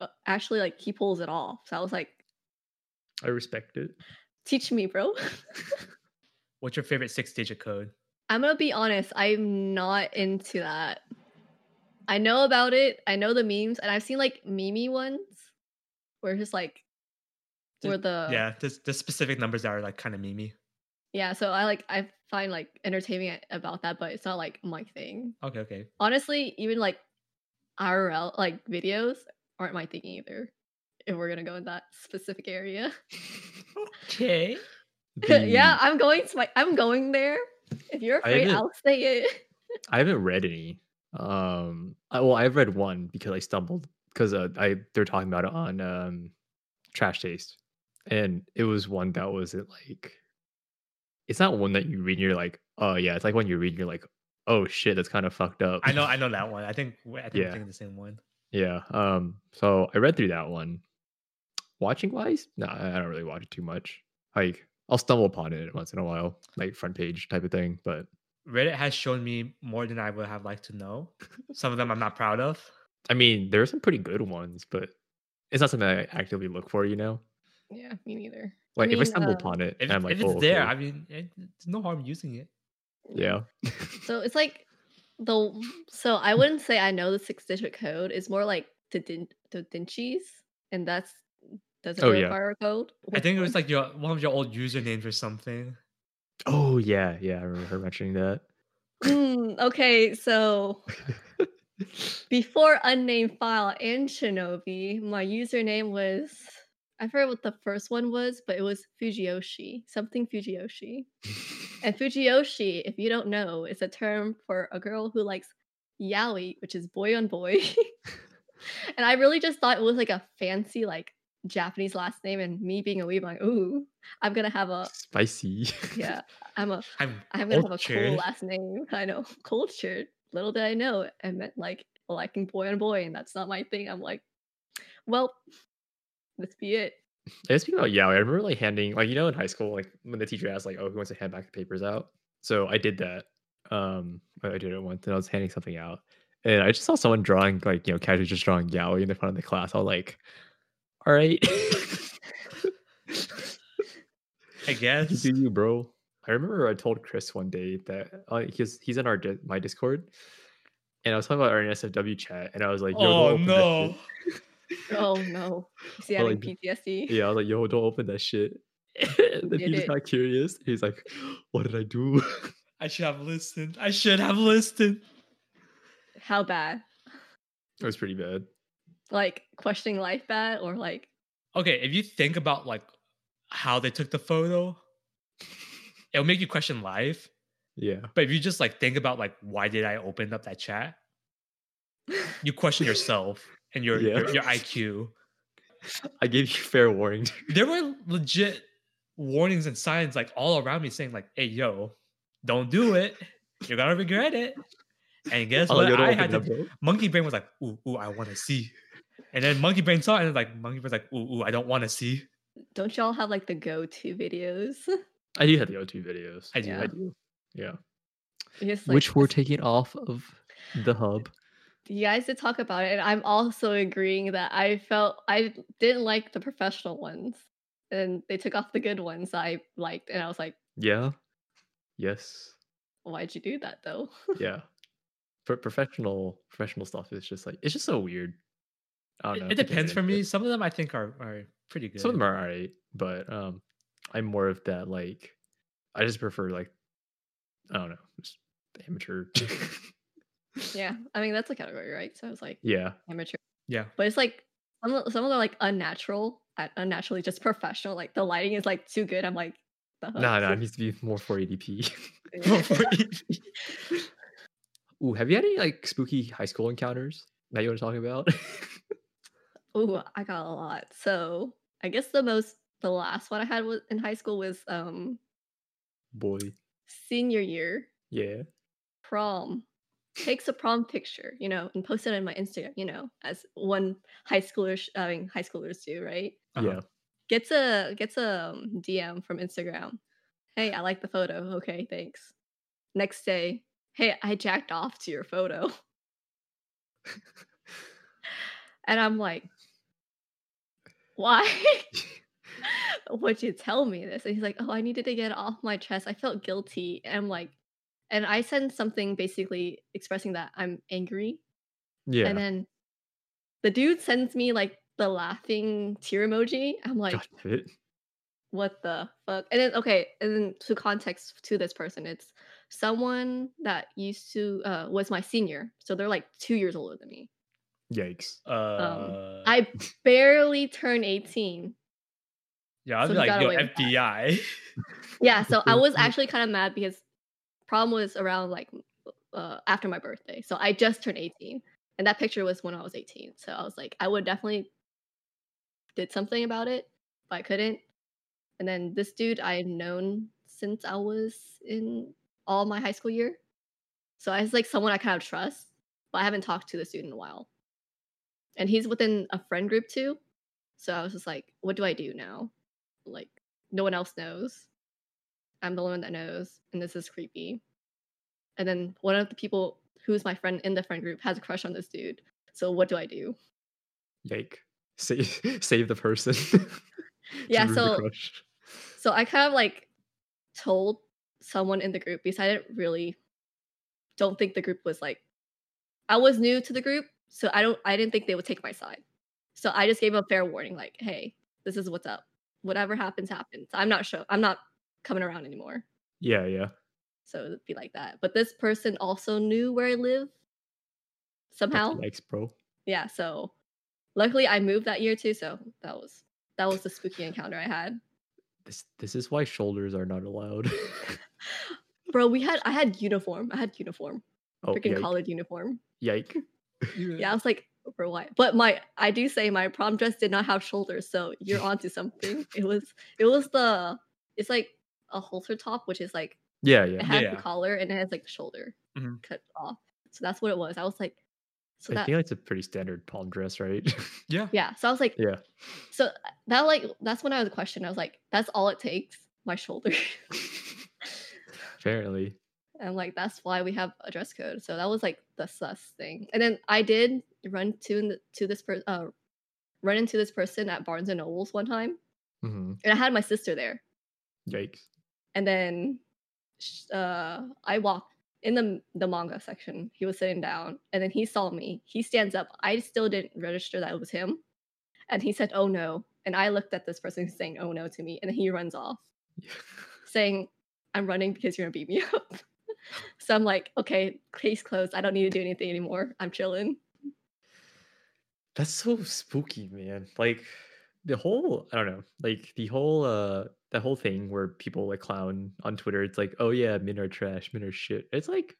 uh, actually like he pulls it off. So I was like,
I respect it.
teach me, bro.
What's your favorite six digit code?
I'm gonna be honest, I'm not into that. I know about it, I know the memes, and I've seen like meme ones where just like
Just-
where the
yeah, there's, there's specific numbers that are like kind of memey.
yeah, so I like I find like entertaining a- about that, but it's not like my thing.
Okay, okay.
Honestly, even like IRL like videos aren't my thing either. If we're gonna go in that specific area.
Okay.
yeah,
The-
I'm going to my I'm going there. If you're
Mm. I
afraid,
haven't-
I'll say it.
I haven't read any. Um, I, well, I've read one because I stumbled because uh, I they're talking about it on um, Trash Taste, and it was one that was it like, it's not one that you read and you're like, oh yeah, it's like when you read and you're like, oh shit, that's kind of fucked up.
I know, I know that one. I think we- I think we're
Yeah.
thinking the same one.
yeah. Um, so I read through that one. Watching wise, no, I I don't really watch it too much. Like I'll stumble upon it once in a while, like front page type of thing, but
Reddit has shown me more than I would have liked to know. Some of them I'm not proud of.
I mean, there are some pretty good ones, but it's not something I actively look for, you know?
Yeah, me neither.
Like if I
mean,
stumble
uh,
upon it,
If,
and I'm
it's-
like,
if
oh,
it's there,
okay,
I mean, it, it's no harm using it.
yeah,
So it's like the so I wouldn't say I know the six digit code. It's more like the din the dinchies, and that's doesn't
Oh, yeah.
require a code.
I think it was like your one of your old usernames or something.
oh yeah, yeah, I remember her mentioning that.
Hmm, okay, so before unnamed file and Shinobi, my username was I forget what the first one was, but it was Fujiyoshi, something Fujiyoshi. and Fujiyoshi, if you don't know, is a term for a girl who likes yaoi, which is boy on boy. and I really just thought it was like a fancy like Japanese last name, and me being a weeb, like, ooh, I'm gonna have
Uh
a
Spicy.
yeah, I'm a
I'm
I'm gonna have a
Cultured.
cool last name. I know, cultured. Little did I know, I meant like liking boy on boy, and that's not my thing. I'm like, well, this be it.
And speaking about yaoi, I remember like handing like you know in high school like when the teacher asked like oh who wants to hand back the papers out. So I did that. Um, I I did it once, and I was handing something out, and I just saw someone drawing like you know casually just drawing yaoi in the front of the class. I was like, all right,
I guess.
do you, bro? I remember I told Chris one day that uh, he's he's in our di- my Discord, and I was talking about our NSFW chat, and I was like,
Oh
yo, don't open that shit.
no.
Oh no, is he
Well,
having
like,
PTSD?
Yeah, I was like, yo, don't open that shit. and then
did
he just
it.
got curious. He's like, what did I do?
I should have listened. I should have listened.
How bad?
it was pretty bad.
Like questioning life bad, or like
Okay, if you think about like how they took the photo, it'll make you question life.
Yeah.
But if you just like think about like why did I open up that chat, you question yourself and your
Yeah.
your, your IQ.
I gave you fair warning.
There were legit warnings and signs like all around me saying like, "Hey, yo, don't do it. You're gonna regret it." And guess
Oh,
what?
yo, don't
I
open
had
that,
to
bro.
Monkey Brain was like, ooh, ooh, I want to see. And then Monkey Brain saw it and like Monkey Brain's like, ooh, ooh, I don't want to see.
don't y'all have like the go-to videos?
I do have the O2 videos.
I do.
Yeah.
I do. Yeah.
Just, like,
Which were
this-
taken off of the hub.
you guys did talk about it and i'm also agreeing that i felt i didn't like the professional ones and they took off the good ones that i liked and i was like
Yeah. Yes.
why'd you do that though
Yeah. For professional professional stuff is just like it's just so weird. I don't
It, it
know. I can't get
depends for
into
me.
it.
Some of them I think are are pretty good.
Some of them are alright, but um I'm more of that like I just prefer like I don't know, just amateur.
yeah i mean that's a category right so i was like
yeah.
amateur
Yeah.
but it's like some of, some of them are like unnatural uh, unnaturally just professional like the lighting is like too good i'm like the
Oh,
No,
fuck?
nah, no, nah, it needs to be more 480p.
Yeah.
Ooh, have you had any like spooky high school encounters that you want to talk about?
Ooh, I got a lot. So I guess the most, the last one I had was in high school was um
Boy,
senior year.
yeah,
prom takes a prom picture you know and posts it on my instagram you know as one high schooler sh- i mean high schoolers do right
Uh-huh.
yeah.
gets a gets a um, dm from instagram hey i like the photo okay thanks next day hey i jacked off to your photo and i'm like why would you tell me this? And he's like, Oh, I needed to get it off my chest. I felt guilty. And I'm like, and I send something basically expressing that I'm angry.
Yeah.
And then the dude sends me like the laughing tear emoji. I'm like,
God damn it.
what the fuck? And then okay, and then to context to this person, it's someone that used to uh was my senior. So they're like two years older than me.
Yikes.
Uh,
Um, I barely turned 18.
yeah, I'd
so
be
you
like,
got
yo,
away with that.
FBI.
Yeah, so I was
Mhm.
actually kind of mad because prom was around like uh, after my birthday, so I just turned eighteen, and that picture was when I was eighteen. So I was like, I would definitely did something about it, but I couldn't. And then this dude I had known since I was in all my high school year, so I was like someone I kind of trust, but I haven't talked to this dude in a while, and he's within a friend group too. So I was just like, what do I do now? Like no one else knows. I'm the only one that knows, and this is creepy. And then one of the people who's my friend in the friend group has a crush on this dude. So what do I do?
Yike. Save save the person. to
Yeah,
ruin the
so-
crush.
So I kind of like told someone in the group because I didn't really don't think the group was like I was new to the group, so I don't I didn't think they would take my side. So I just gave a fair warning, like, hey, this is what's up. Whatever happens, happens. I'm not show I'm not coming around anymore.
Yeah, yeah.
So it'd be like that. But this person also knew where I live. somehow.
Likes, bro.
Yeah, so luckily I moved that year too, so that was that was the spooky encounter I had.
This this is why shoulders are not allowed.
Bro, we had I had uniform. I had uniform.
oh,
freaking
yike.
collared uniform.
yike.
Yeah, I was like, for why? But my I do say my prom dress did not have shoulders, so you're onto something. It was it was the it's like a halter top, which is like
Yeah,
it
yeah. Mm-hmm.
has
Yeah.
the collar and it has like the shoulder
Mhm.
cut off. So that's what it was. I was like, so
I
that
think that's a pretty standard palm dress, right?
yeah.
yeah. So I was like,
yeah.
so that like that's when I was questioned. I was like, that's all it takes, my shoulder.
Apparently.
and like that's why we have a dress code. So that was like the sus thing. And then I did run to n- to this person, uh, run into this person at Barnes and Nobles one time,
Mhm.
and I had my sister there.
Yikes.
And then sh- uh, I walked in the the manga section. He was sitting down, and then he saw me. He stands up. I still didn't register that it was him, and he said, "Oh no!" And I looked at this person saying, "Oh no" to me, and then he runs off. saying, I'm running because you're gonna beat me up. so I'm like, okay, case closed. I don't need to do anything anymore. I'm chilling.
That's so spooky, man. Like the whole I don't know, like the whole uh that whole thing where people like clown on Twitter, it's like, oh yeah, men are trash, men are shit. It's like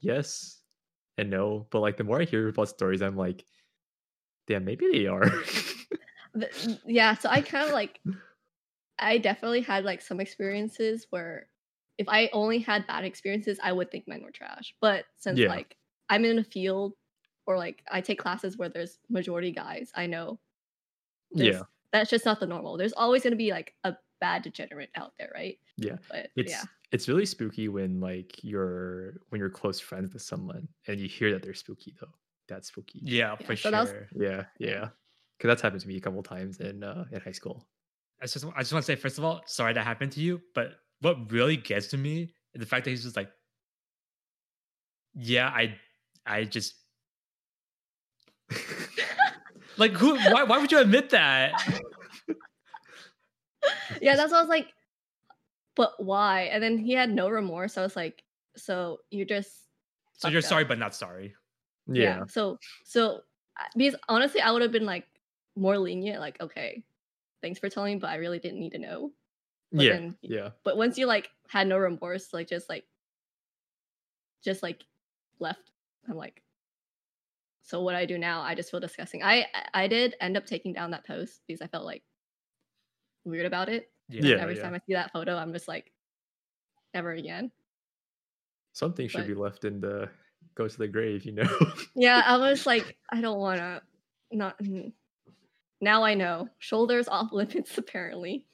yes and no, but like the more I hear about stories, I'm like, damn, maybe they are.
Th- n- yeah, so I kind of like, I definitely had like some experiences where if I only had bad experiences, I would think men were trash. But since
Yeah.
like I'm in a field or like I take classes where there's majority guys, I know there's-
yeah.
that's just not the normal. There's always gonna be like a bad degenerate out there, right?
Yeah,
But
It's
yeah.
it's really spooky when like you're when you're close friends with someone and you hear that they're spooky though. That's spooky.
Yeah,
Yeah,
for sure.
so that was-
Yeah, yeah. Cause that's happened to me a couple times in uh in high school.
I just I just want to say first of all, sorry that happened to you, but what really gets to me is the fact that he's just like, yeah, I I just like who why why would you admit that?
yeah, that's what I was like, but why? And then he had no remorse. I was like, so you're just
So you're
Fucked up.
sorry but not sorry.
Yeah.
So so I- because honestly, I would have been like more lenient. Like, okay, thanks for telling, me, but I really didn't need to know. But
Yeah.
Then,
Yeah.
But once you like had no remorse, like just like just like left. I'm like, so what I do now? I just feel disgusting. I I- I did end up taking down that post because I felt like weird about it.
Yeah.
And every time I see that photo, I'm just like, never again.
Something should
but-
be left in the go to the grave, you know.
Yeah, I was like, I don't want to. Not mm. now. I know shoulders off limits apparently.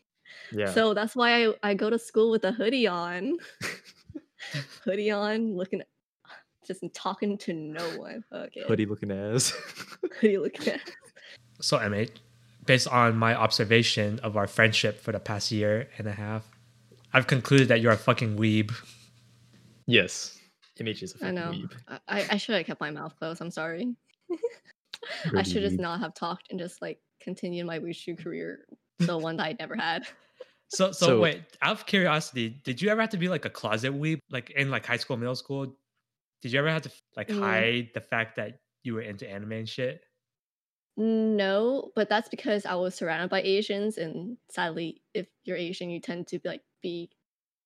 yeah.
So that's why I, I go to school with a hoodie on, hoodie on, looking, just talking to no one. Okay,
Hoodie looking ass.
hoodie looking at.
So MH, based on my observation of our friendship for the past year and a half, I've concluded that you're a fucking weeb.
yes. Image is a
I
fucking
know.
weeb.
I, I I should have kept my mouth closed. I'm sorry. I
Dirty
should just
weeb.
not have talked and just like continued my wushu career, the one that I never had.
So, so
So-
wait, out of curiosity, did you ever have to be like a closet weeb, like in like high school, middle school? Did you ever have to like
Mm.
hide the fact that you were into anime and shit?
No, but that's because I was surrounded by Asians, and sadly, if you're Asian, you tend to be like be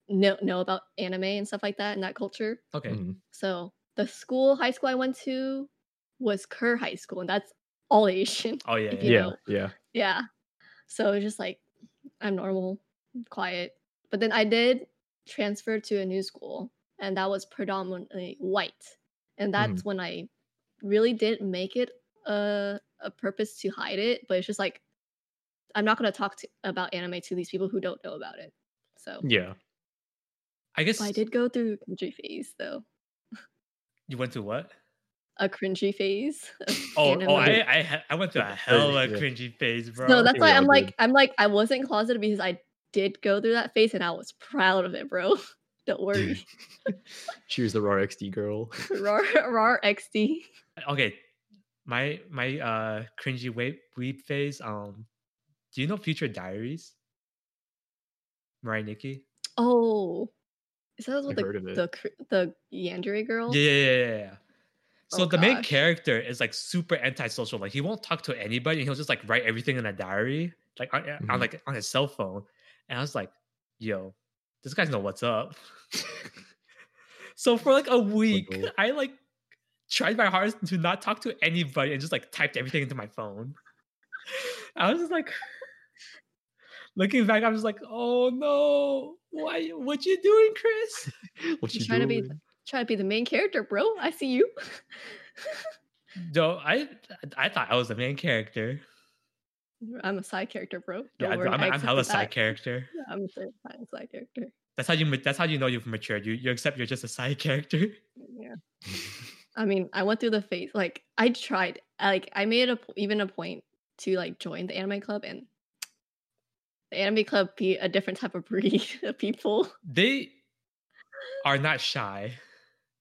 know know about anime and stuff like that and that culture.
Okay,
Mhm.
So the school, high school I went to, was Kerr High School, and that's all Asian.
oh yeah, yeah.
If you
Yeah.
know.
Yeah.
Yeah, so it's just like I'm normal, quiet. But then I did transfer to a new school, and that was predominantly white, and that's
Mm-hmm.
when I really did make it a a purpose to hide it. But it's just like I'm not gonna talk to, about anime to these people who don't know about it. So
Yeah.
I guess
but I did go through a cringy phase though,
you went through what?
a cringy phase. of
Oh,
anime.
oh, I, I, ha- I went through a
Yeah.
hell of a
Yeah.
cringy phase, bro.
so that's
think
why
we all
I'm
did.
like I'm like I wasn't closeted because I did go through that phase and I was proud of it, bro. Don't worry.
Cheers the raw XD girl.
RAR, RAR XD.
okay. My my uh cringy weeb weeb phase. Um, do you know Future Diaries? Mariah Nikki.
Oh. Is that what
I've
the,
heard of it.
the cr- the Yandere girl?
Yeah, yeah, yeah, yeah, yeah. So
Oh,
the main
gosh.
character is like super antisocial. Like he won't talk to anybody. He'll just like write everything in a diary, like on, on,
Mhm.
like on his cell phone. And I was like, "Yo, this guy's know what's up." so for like a week,
no.
I like tried my hardest to not talk to anybody and just like typed everything into my phone. I was just like, looking back, I'm just like, "Oh no, why? What you doing, Chris?"
What
You
you
trying to be-
doing?
Try to be the main character, bro. I see you.
No, I I thought I was the main character.
I'm a side character, bro.
Yeah,
Don't worry,
I- I'm,
I
I'm
accepted
hella side
that.
character.
Yeah, I'm a side- side- side character.
That's how you. ma- That's how you know you've matured. You you accept you're just a side character.
Yeah. I mean, I went through the phase. Like, I tried. I, Like, I made it a, p- even a point to like join the anime club, and the anime club be a different type of breed of people.
They are not shy.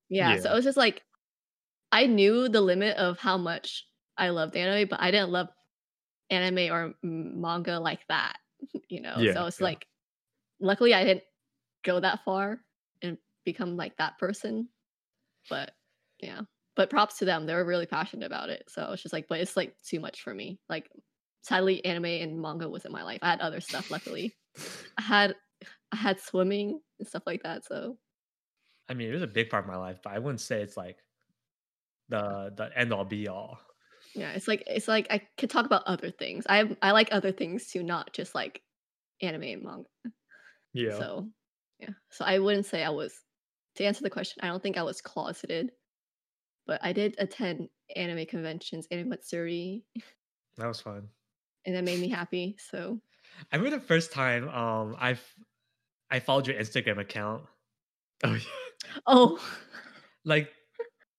Yeah, So
Yeah.
it was just like, I knew the limit of how much I loved anime, but I didn't love anime or m- manga like that. You know.
Yeah,
so it's
yeah.
like, luckily, I didn't go that far and become like that person. But yeah. But props to them. They were really passionate about it. So it's just like, but it's like too much for me. Like sadly, anime and manga wasn't my life. I had other stuff, luckily. I had I had swimming and stuff like that. So
I mean, it was a big part of my life, but I wouldn't say it's like the the end all be all.
yeah, it's like it's like I could talk about other things. I I like other things too, not just like anime and manga.
Yeah.
So yeah. So I wouldn't say I was to answer the question, I don't think I was closeted. But I did attend anime conventions, anime Matsuri,
That was fun.
and that made me happy. So
I remember the first time um I f- I followed your Instagram account.
Oh yeah.
oh
Like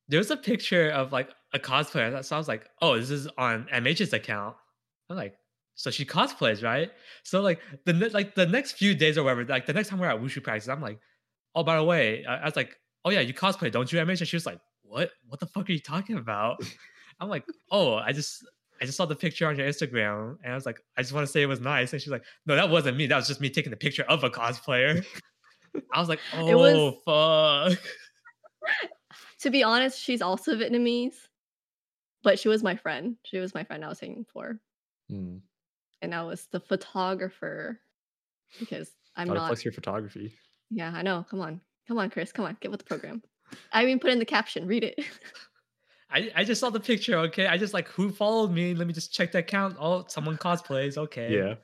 there was a picture of like a cosplayer. So I was like, oh, this is on MH's account. I'm like, so she cosplays, right? So like the ne- like the next few days or whatever, like the next time we're at wushu practice, I'm like, oh, by the way, I, I was like, oh yeah, you cosplay, don't you, MH? And she was like, what? What the fuck are you talking about? I'm like, oh, I just I just saw the picture on your Instagram, and I was like, I just want to say it was nice. And she's like, no, that wasn't me. That was just me taking the picture of a cosplayer. I was like,
It was-
oh fuck.
to be honest, she's also Vietnamese, but she was my friend. She was my friend I was hanging for,
Mm.
and I was the photographer because I'm
Gotta
not.
flex your photography.
Yeah, I know. Come on, come on, Chris. Come on, get with the program. I even put in the caption. Read it.
I, I just saw the picture, okay? I just like who followed me. Let me just check the account. Oh, someone cosplays, okay.
Yeah.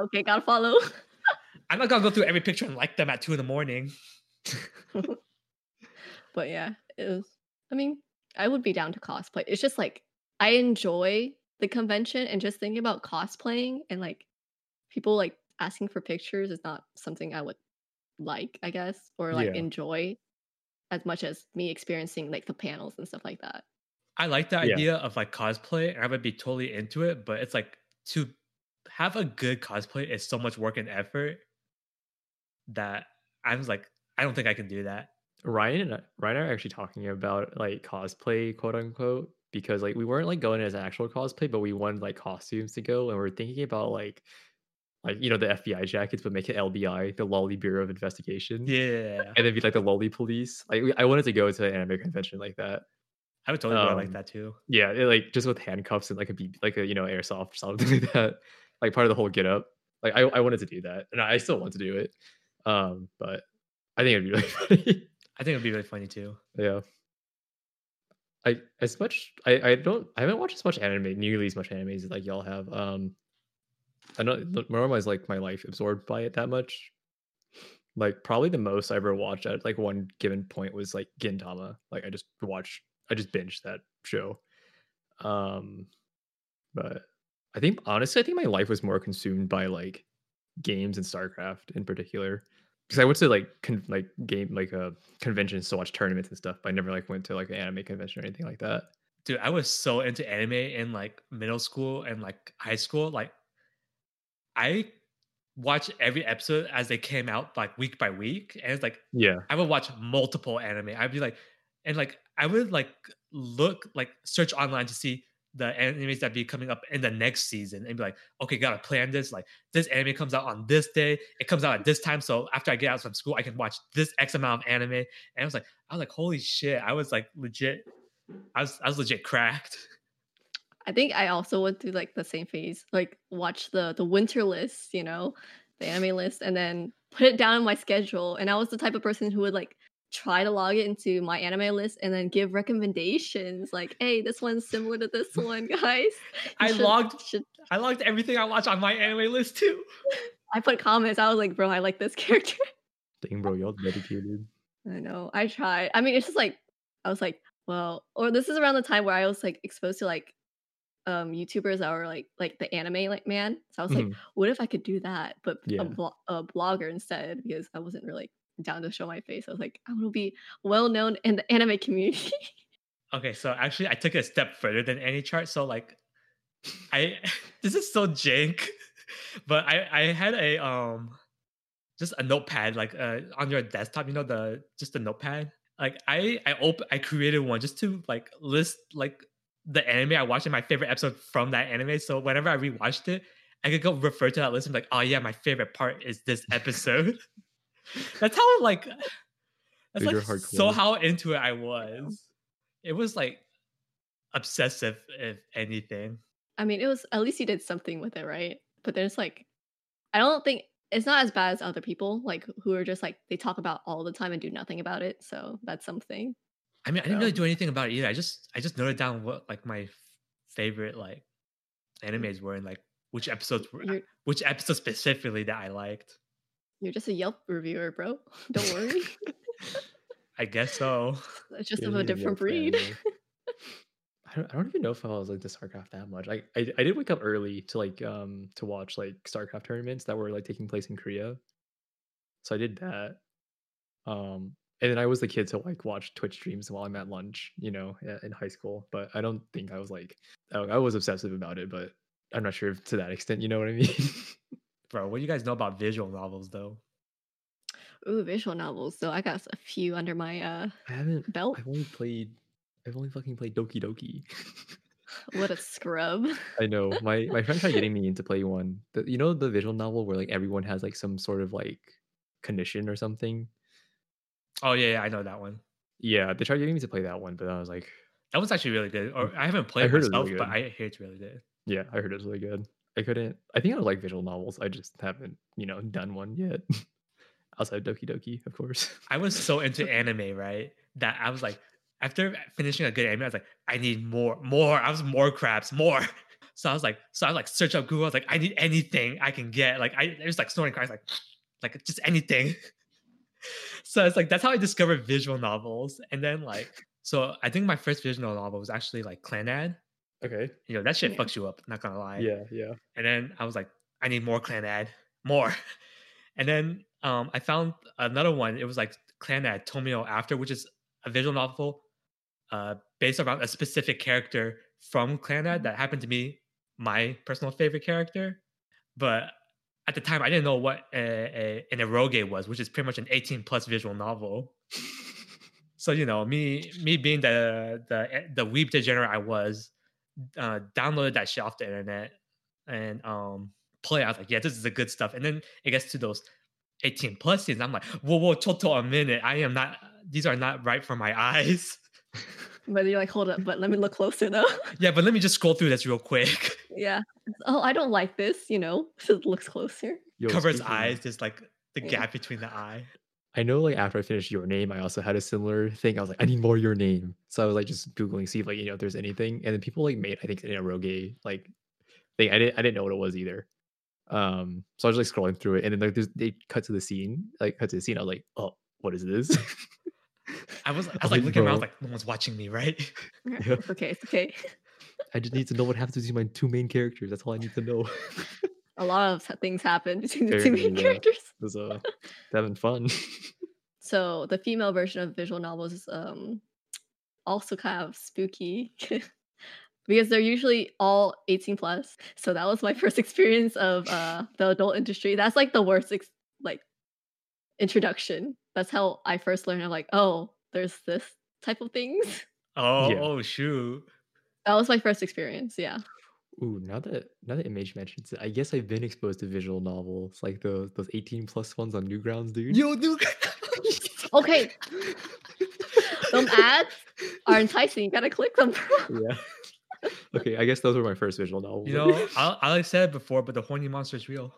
okay, gotta follow.
I'm not gonna go through every picture and like them at two in the morning.
But yeah, it was. I mean, I would be down to cosplay. It's just like I enjoy the convention and just thinking about cosplaying and like people like asking for pictures is not something I would like, I guess, or like
Yeah.
enjoy as much as me experiencing like the panels and stuff like that.
I like the
Yeah.
idea of like cosplay and I would be totally into it, but it's like to have a good cosplay is so much work and effort that I'm just like, I don't think I can do that.
Ryan and I, Ryan and I are actually talking about like cosplay, quote unquote, because like we weren't like going as an actual cosplay, but we wanted like costumes to go, and we are thinking about like, like you know the FBI jackets, but make it LBI, the Lolly Bureau of Investigation,
Yeah.
and then be like the Lolly Police. Like we- I wanted to go to an anime convention like that.
I would totally wear like
Um,
that too.
Yeah, it, like just with handcuffs and like a B, like a you know airsoft or something like that. Like part of the whole get up. Like I, I wanted to do that, and I still want to do it. Um, but I think it'd be really funny.
I think it'd be really funny too.
Yeah. I as much I I don't I haven't watched as much anime nearly as much anime as like y'all have. Um, I know Maroma is like my life absorbed by it that much. Like probably the most I ever watched at like one given point was like Gintama. Like I just watched I just binged that show. Um, but I think honestly I think my life was more consumed by like games and StarCraft in particular because I went to like con- like game like uh conventions to watch tournaments and stuff, but I never like went to like an anime convention or anything like that.
dude i was so into anime in like middle school and like high school like i watched every episode as they came out like week by week and it's like
Yeah,
i would watch multiple anime i'd be like and like i would like look like search online to see the animes that be coming up in the next season and be like okay gotta plan this like this anime comes out on this day it comes out at this time so after i get out from school i can watch this x amount of anime and i was like i was like holy shit i was like legit I was I was legit cracked.
I think I also went through like the same phase, like watch the the winter list, you know, the anime list, and then put it down in my schedule. And I was the type of person who would like try to log it into my anime list and then give recommendations, like, "Hey, this one's similar to this one, guys." You
I
should-
logged-
should
I liked everything I watched on my anime list too.
I put comments. I was like, "Bro, I like this character."
Dang, bro, y'all dedicated.
I know. I tried. I mean, it's just like I was like, well, or this is around the time where I was like exposed to like um YouTubers that were like like the anime like man. So I was like,
Mhm.
what if I could do that, but
Yeah.
a, blo- a blogger instead because I wasn't really down to show my face. I was like, I want to be well known in the anime community.
Okay, so actually I took it a step further than any chart. So like I this is so jank. But I I had a um just a notepad like uh on your desktop, you know the just a notepad. Like I I open I created one just to like list like the anime I watched and my favorite episode from that anime. So whenever I rewatched it, I could go refer to that list and be like, oh yeah, my favorite part is this episode. that's how like that's
Dude,
like
you're
so
hardcore.
how into it I was. It was like obsessive if anything.
I mean, it was at least you did something with it, right? But then it's like, I don't think it's not as bad as other people like who are just like they talk about all the time and do nothing about it. So that's something.
I mean I didn't really
Yeah.
Um
do anything about it either. I just I just noted down what like my favorite like
Mm-hmm.
animes were and like which episodes were
You're-
which episode specifically that I liked.
You're just a Yelp reviewer, bro. Don't worry.
I guess so.
it's just
Yeah,
of
you
a
need to be
different
up for
breed.
anime. I don't, I don't even know if I was like to StarCraft that much. Like I, I did wake up early to like um to watch like StarCraft tournaments that were like taking place in Korea. So I did that. Um and then I was the kid to like watch Twitch streams while I'm at lunch, you know, i- in high school. But I don't think I was like I, I was obsessive about it, but I'm not sure if to that extent, you know what I mean?
Bro, what do you guys know about visual novels though?
Ooh, visual novels. So I got a few under my uh
I haven't
belt.
I've only played I've only fucking played Doki Doki.
What a scrub.
I know. My my friend tried getting me into play one. The, you know the visual novel where like everyone has like some sort of like condition or something.
Oh yeah, yeah, I know that one.
Yeah, they tried getting me to play that one, but I was like,
That one's actually really good. Or I haven't played
Mm. heard
it
it was
myself,
really
but
good.
I hear it's really good.
yeah, I heard it was really good. I couldn't. I think I like visual novels. I just haven't, you know, done one yet. Outside Doki Doki, of course.
I was so into anime, right? That I was like, after finishing a good anime, I was like, I need more, more. I was more craps, more. So I was like, so I like search up Google. I was like, I need anything I can get. Like I it was like snorting cries, like, like just anything. so it's like that's how I discovered visual novels. And then like, so I think my first visual novel was actually like Clanad.
Okay.
You know, that shit
Yeah.
fucks you up, not gonna lie.
Yeah, yeah.
And then I was like, I need more clan ad, more. And then um, I found another one. It was like clan ad Tomio After, which is a visual novel uh, based around a specific character from clan ad that happened to be my personal favorite character. But at the time, I didn't know what a, a, an eroge was, which is pretty much an 18 plus visual novel. So you know, me me being the the the weeb degenerate I was, uh, downloaded that shit off the internet and um play. I was like, yeah, this is the good stuff. And then it gets to those 18 plus scenes. I'm like, whoa, whoa, toto a minute. I am not these are not right for my eyes.
But you're like, hold up, but let me look closer though.
yeah, but let me just scroll through this real quick.
yeah. Oh, I don't like this, you know. So it looks closer.
Yo,
Covers
speaking-
eyes, just like the
Yeah.
gap between the eye.
I know like after I finished your name, I also had a similar thing. I was like, I need more your name. So I was like just Googling, see if like, you know, if there's anything. And then people like made, I think, an eroge like thing. I didn't I didn't know what it was either. Um, so I was like scrolling through it and then like there's they cut to the scene, like cut to the scene. I was like, oh, what is this?
I was I
Oh,
was like looking around, I was
bro.
like, no one's watching me, right?
Okay,
Yeah.
It's okay, it's okay.
I just need to know what happens to my two main characters. That's all I need to know.
A lot of things happen between the
Very
two main
good, yeah.
characters.
so it's having uh, fun.
So the female version of visual novels is um also kind of spooky because they're usually all 18 plus. So that was my first experience of uh the adult industry. That's like the worst ex- like introduction. That's how I first learned I'm like, oh, there's this type of things.
Oh,
Yeah.
oh shoot.
That was my first experience, yeah.
Ooh, now that now that Image mentions it, I guess I've been exposed to visual novels like those those 18 plus ones on Newgrounds, dude.
You do
Okay. Some ads are enticing. You gotta click them.
yeah. Okay, I guess those were my first visual novels.
You know, I, I said it before, but the horny monster is real.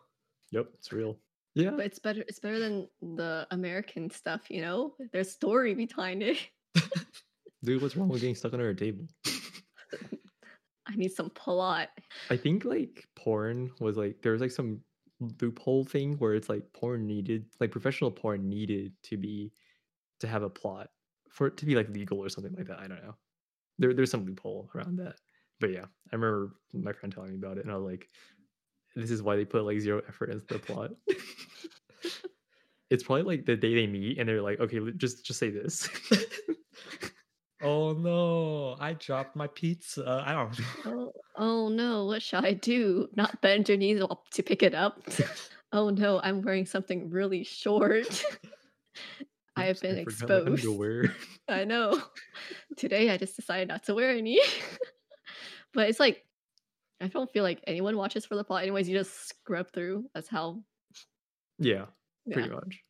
Yep, it's real. Yeah.
but it's better. It's better than the American stuff. You know, there's story behind it.
Dude, what's wrong with getting stuck under a table?
I need some plot.
I think like porn was like there was like some loophole thing where it's like porn needed like professional porn needed to be to have a plot for it to be like legal or something like that. I don't know. There there's some loophole around that. But yeah, I remember my friend telling me about it and I was like, this is why they put like zero effort into the plot. it's probably like the day they meet and they're like, okay, l- just just say this.
Oh no, I dropped my pizza. I don't know.
Oh, oh no, what shall I do? Not bend your knees up to pick it up. oh no, I'm wearing something really short. I have
Oops,
been
forgot my
exposed.
underwear.
I know. Today I just decided not to wear any. but it's like, I don't feel like anyone watches for the plot. Anyways, you just scrub through. That's how
yeah,
yeah.
pretty much.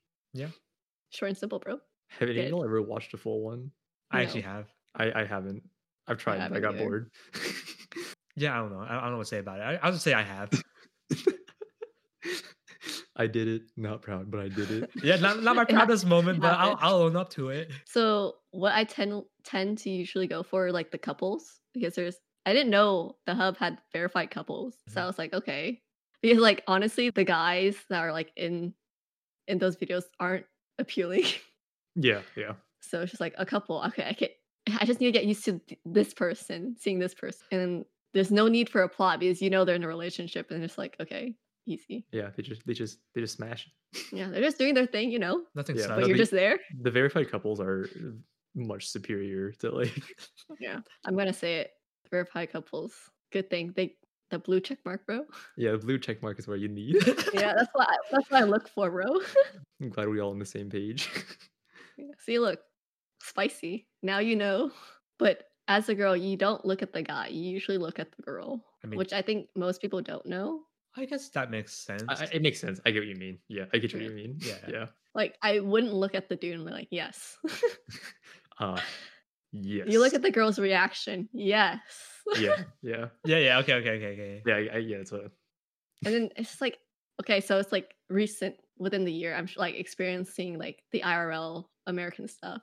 short and simple, bro.
Have any of
Good.
y'all ever watched a full one?
I
No.
actually have.
I I haven't. I've tried. I,
haven't
got
either.
bored.
Yeah, I don't know. I, I don't know what to say about it. I, I'll just say I have.
I did it. Not proud, but I did it.
Yeah, not, not my proudest moment, but I'll,
happens.
I'll own up to it.
So what I tend tend to usually go for like the couples because there's I didn't know the hub had verified couples. So I was like, okay. Because like honestly, the guys that are like in in those videos aren't appealing.
yeah, yeah.
so it's just like a couple. Okay, I can I just need to get used to th- this person, seeing this person. And there's no need for a plot because you know they're in a relationship and it's like, okay, easy.
Yeah, they just they just they just smash.
Yeah, they're just doing their thing, you know,
Nothing
Yeah,
subtle.
but you're
be-
just there.
The verified couples are much superior to like
I'm gonna say it. Verified couples. Good thing they the blue check mark, bro.
yeah, the blue check mark is where you need.
Yeah, that's what I, that's what I look for, bro.
I'm glad we all on the same page.
Yeah, See, look, spicy. Now you know. But as a girl, you don't look at the guy. You usually look at the girl,
I mean-
which I think most people don't know.
I guess that makes sense.
I, I- it makes sense. I get what you mean. Yeah, I get what
Yeah.
you mean.
Yeah.
yeah.
Like, I wouldn't look at the dude and be like, yes.
Uh, yes.
You look at the girl's reaction. Yes.
yeah, yeah,
yeah, yeah. Okay, okay, okay, okay.
yeah. I, I, yeah, it's a
and then it's just like, okay, so it's like recent within the year. I'm sh- like experiencing like the IRL American stuff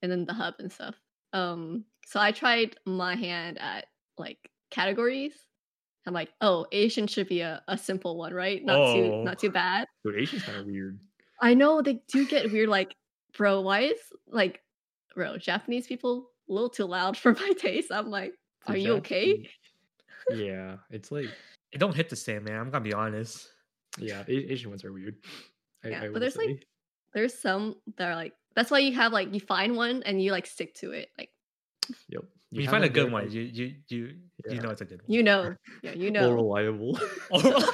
and then the hub and stuff. Um, so I tried my hand at like categories. I'm like, oh, Asian should be a, a simple one, right? Not
Oh.
too not too bad.
dude, Asian's kind of weird.
I know they do get weird, like, bro, why is like bro, Japanese people a little too loud for my taste. I'm like,
The
are you okay?
Japanese- Yeah, it's like
It don't hit the same, man. I'm gonna be honest.
yeah, A- Asian ones are weird. I,
Yeah,
I
but
will
there's, like,
say.
there's some that are like that's why you have like you find one and you like stick to it like
yep.
When you,
have
find a good
verified-
one, you you you
Yeah.
you know it's a good one.
you know yeah you
More
know
reliable.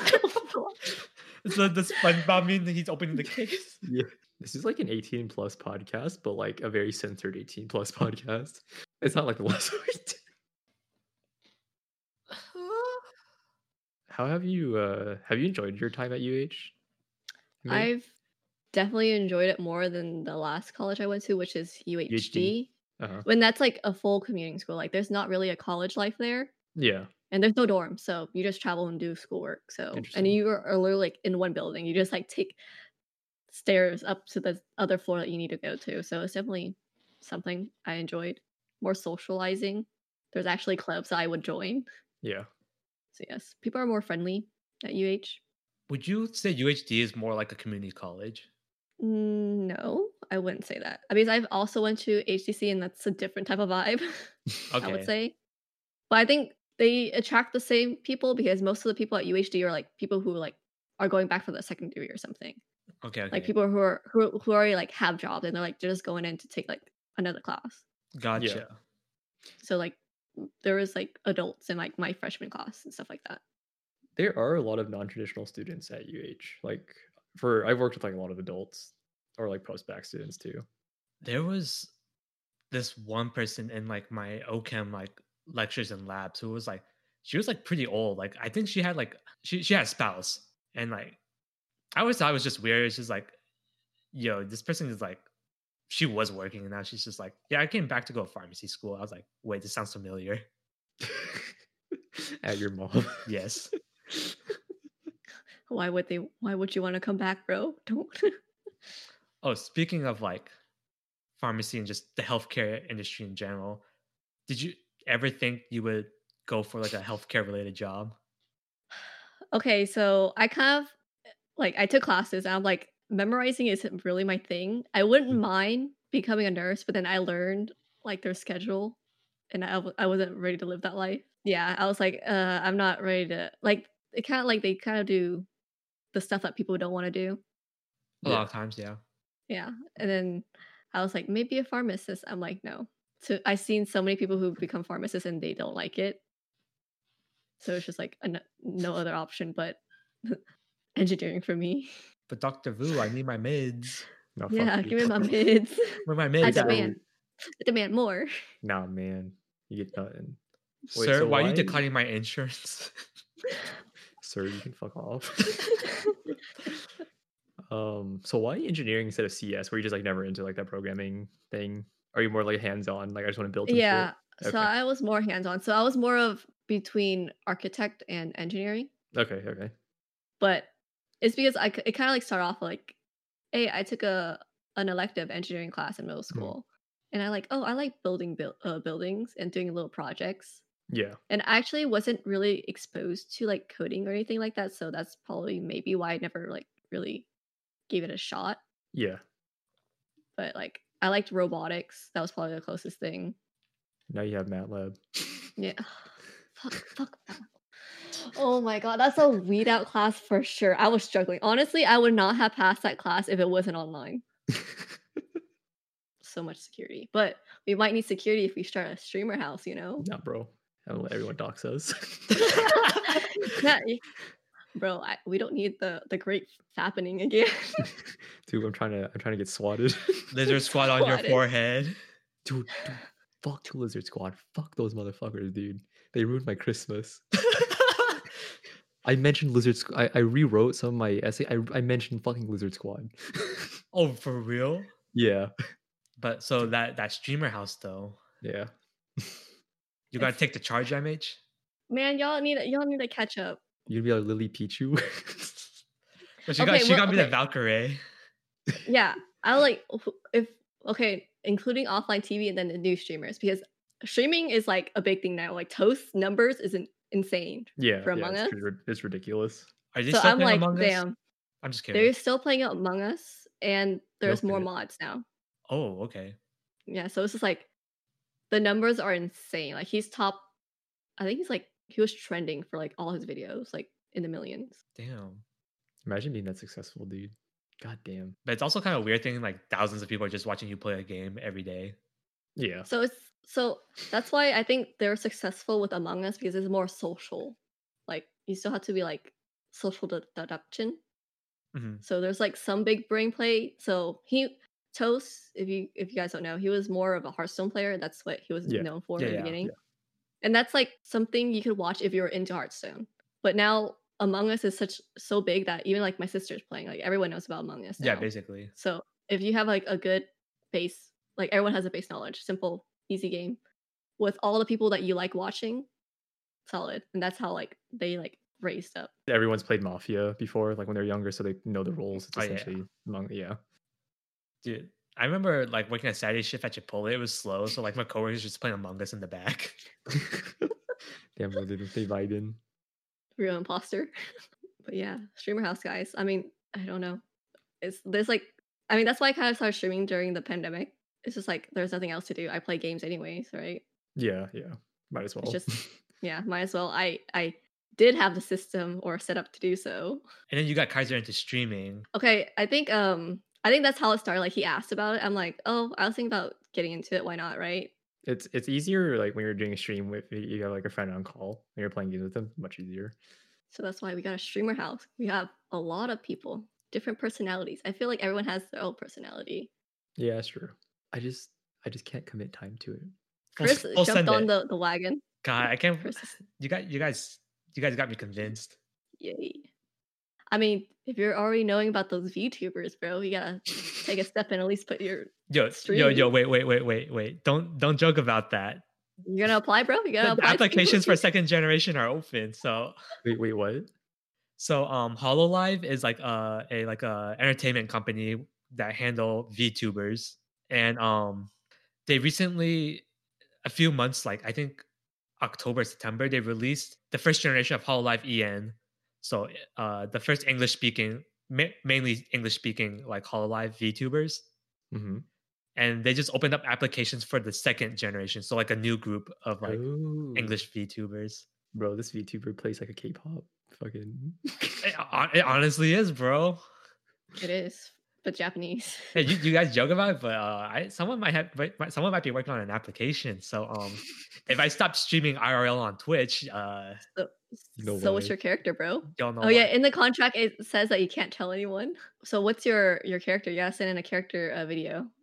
it's like the SpongeBob meme that he's opening the case.
this is like an 18 plus podcast, but like a very censored 18 plus podcast. It's not like the last one. we did. How have you uh have you enjoyed your time at UH? May?
i've definitely enjoyed it more than the last college i went to which is uhd
uh-huh.
when that's like a full commuting school like there's not really a college life there
Yeah.
and there's no dorm so you just travel and do schoolwork so
Interesting.
and you are are literally like in one building you just like take stairs up to the other floor that you need to go to so it's definitely something i enjoyed more socializing there's actually clubs i would join
Yeah.
so yes people are more friendly at uh
Would you say UHD is more like a community college?
Mm, no i wouldn't say that i mean i've also went to htc and that's a different type of vibe
Okay.
I would say. But I think they attract the same people because most of the people at UHD are like people who like are going back for the second degree or something.
Okay. okay.
Like people who are who, who already like have jobs and they're like they're just going in to take like another class.
gotcha.
So like there was like adults in like my freshman class and stuff like that.
There are a lot of non-traditional students at UH. Like for I've worked with like a lot of adults or like post-bac students too.
There was this one person in like my OChem like lectures and labs who was like she was like pretty old. Like I think she had like she she had a spouse and like I always thought it was just weird. It's just like, yo, this person is like she was working and now she's just like, yeah, I came back to go to pharmacy school. I was like, wait, this sounds familiar.
At your mom.
yes.
Why would they? Why would you want to come back, bro? Don't.
Oh, speaking of like pharmacy and just the healthcare industry in general, did you ever think you would go for like a healthcare related job?
okay, so I kind of like I took classes and I'm like memorizing isn't really my thing. I wouldn't mind becoming a nurse, but then I learned like their schedule and I, w- I wasn't ready to live that life. Yeah, I was like, uh, I'm not ready to like it kind of like they kind of do the stuff that people don't want to do.
A
Yeah.
lot of times, yeah.
Yeah. And then I was like, maybe a pharmacist. I'm like, no. So I've seen so many people who become pharmacists and they don't like it. So it's just like a, n- no other option but engineering for me.
But Doctor Vu, I need my mids.
No, Oh, fuck
yeah,
you.
give me my mids.
Where are my
I
mids? at?
demand. I demand more.
Nah, man, you get nothing, Wait,
Sir,
so
why are
why-
you declining my insurance?
sir. You can fuck off. um, so why engineering instead of CS? Were you just like never into like that programming thing? Are you more like hands on? Like I just want to build. Some shit?
yeah.
Okay.
So I was more hands on. So I was more of between architect and engineering.
Okay. Okay.
but it's because I c- it kind of like started off like, hey, I took a an elective engineering class in middle school, and I like oh I like building buil- uh, buildings and doing little projects,
Yeah.
and I actually wasn't really exposed to like coding or anything like that, so that's probably maybe why I never like really gave it a shot.
Yeah.
But like I liked robotics, that was probably the closest thing.
Now you have MATLAB.
Yeah. Fuck, fuck that. Oh my god, that's a weed out class for sure. I was struggling. Honestly, I would not have passed that class if it wasn't online. So much security. But we might need security if we start a streamer house, you know?
nah, bro. I don't let everyone dox us.
Yeah, y- Bro, I, we don't need the the great fappening again.
Dude, I'm trying to. I'm trying to get swatted.
Lizard squad on your
Squatted.
forehead.
dude, dude, fuck two lizard squad. Fuck those motherfuckers, dude. They ruined my Christmas. I mentioned lizard. Squ- I, I rewrote some of my essay. I, I mentioned fucking lizard squad.
oh, for real?
yeah,
But so that that streamer house though,
yeah.
you gotta
It's-
take the charge, MH.
Man, y'all need y'all need to catch up.
You're gonna be like Lily Pichu.
But she
Okay,
got she
well,
got me the
okay.
Valkyrie.
Yeah, I like wh- if okay, including offline TV and then the new streamers because streaming is like a big thing now. Like Toast numbers is in- insane.
yeah,
For
yeah,
Among
it's,
Us?
pretty rid- it's ridiculous.
Are they
so
still
I'm
playing
like,
Among Us?
damn,
I'm just kidding.
they're still playing Among Us, and there's
Nope,
more
it-
mods now.
Oh, okay.
Yeah, so it's just like the numbers are insane. Like he's top, I think he's like he was trending for like all his videos, like in the millions.
Damn.
Imagine being that successful, dude. God damn.
But it's also kind of weird thinking like thousands of people are just watching you play a game every day.
Yeah,
So it's so that's why I think they're successful with Among Us because it's more social. Like you still have to be like social de- deduction.
Mhm.
So there's like some big brain play. So he Toast, if you if you guys don't know, he was more of a Hearthstone player. That's what he was
Yeah.
known for
Yeah,
in the
yeah,
beginning. And that's like something you could watch if you were into Hearthstone. But now Among Us is such so big that even like my sister's playing. Like everyone knows about Among Us.
Yeah,
now.
basically.
So if you have like a good base, like everyone has a base knowledge, simple, easy game with all the people that you like watching, solid. And that's how like they like raised up.
everyone's played Mafia before, like when they're younger, so they know the roles. It's
Oh, yeah.
essentially among yeah.
Dude, I remember like working a Saturday shift at Chipotle. It was slow, so like my coworkers just playing Among Us in the back.
damn, well, they, they vibe in.
Real imposter. but yeah, streamer house guys. I mean, I don't know. It's there's like I mean that's why I kind of started streaming during the pandemic. It's just like there's nothing else to do. I play games anyways, right?
Yeah, yeah. Might as well.
just- Yeah, might as well. I I did have the system or set up to do so.
And then you got Kaiser into streaming.
Okay, I think um I think that's how it started. Like he asked about it. I'm like, oh, I was thinking about getting into it. Why not? Right?
It's it's easier like when you're doing a stream with you have like a friend on call and you're playing games with them, much easier.
So that's why we got a streamer house. We have a lot of people, different personalities. I feel like everyone has their own personality.
Yeah, that's true. I just I just can't commit time to it.
Full
Chris
s- full
jumped
send
on
it.
the, the wagon.
God, I can't.
Chris, is-
You got you guys. You guys got me convinced.
yay! I mean, if you're already knowing about those VTubers, bro, you gotta take a step and at least put your.
Yo, yo, yo, wait, wait, wait, wait, wait. Don't don't joke about that.
You're gonna apply, bro. You gotta
The
apply. to be
applications for
VTuber.
second generation are open. So
Wait, wait, what?
so um Hololive is like a, a like a entertainment company that handle VTubers. And um they recently a few months like I think October, September, they released the first generation of Hololive EN. So uh the first English speaking ma- mainly English speaking like Hololive VTubers.
Mm-hmm.
And they just opened up applications for the second generation. So like a new group of like
Oh.
English VTubers.
bro. This VTuber plays like a K-pop fucking.
It, hon- it honestly is, bro.
It is, but Japanese.
Hey, you, you guys joke about it, but uh, I, someone might have might, might- someone might be working on an application. So um, if I stop streaming IRL on Twitch, uh,
So,
No
so what's
way.
your character, bro?
y'all know.
Oh yeah,
why.
in the contract it says that you can't tell anyone. So what's your your character? You gotta send in a character uh, video.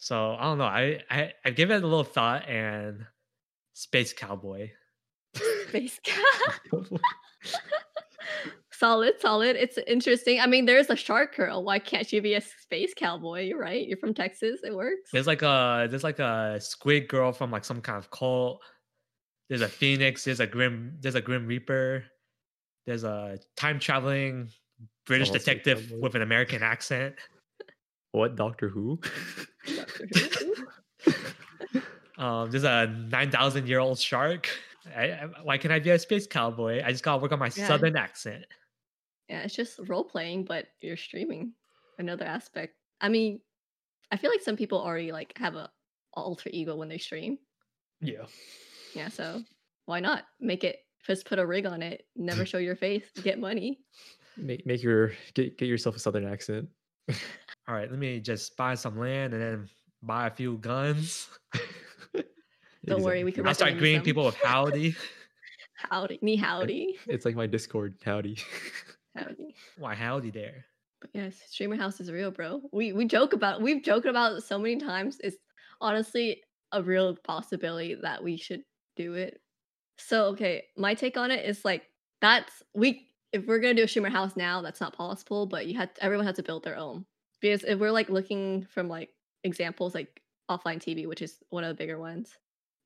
So I don't know. I I I give it a little thought and space cowboy.
Face solid, solid. It's interesting. I mean, there's a shark girl. Why can't you be a space cowboy? You're right. You're from Texas. It works.
There's like a there's like a squid girl from like some kind of cult. There's a phoenix. There's a grim. There's a grim reaper. There's a time traveling British
Someone said
detective
cowboy.
with an American accent.
what Doctor Who?
Um, there's a nine thousand year old shark. I, I, why can't I be a space cowboy? I just gotta work on my
Yeah.
southern accent.
yeah, it's just role playing, but you're streaming. Another aspect. I mean, I feel like some people already like have a alter ego when they stream.
yeah.
Yeah, so why not make it? Just put a rig on it. Never show your face. Get money.
Make make your get get yourself a southern accent.
All right, let me just buy some land and then buy a few guns.
Don't worry, we can
I start
recommend
greeting
some.
people with howdy.
Howdy, ni howdy,
It's like my Discord howdy.
howdy.
why howdy there?
But yes, streamer house is real, bro. We we joke about we've joked about it so many times. It's honestly a real possibility that we should do it. So okay, my take on it is like that's we if we're gonna do a streamer house now, that's not possible. But you had everyone has to build their own because if we're like looking from like examples like offline TV, which is one of the bigger ones,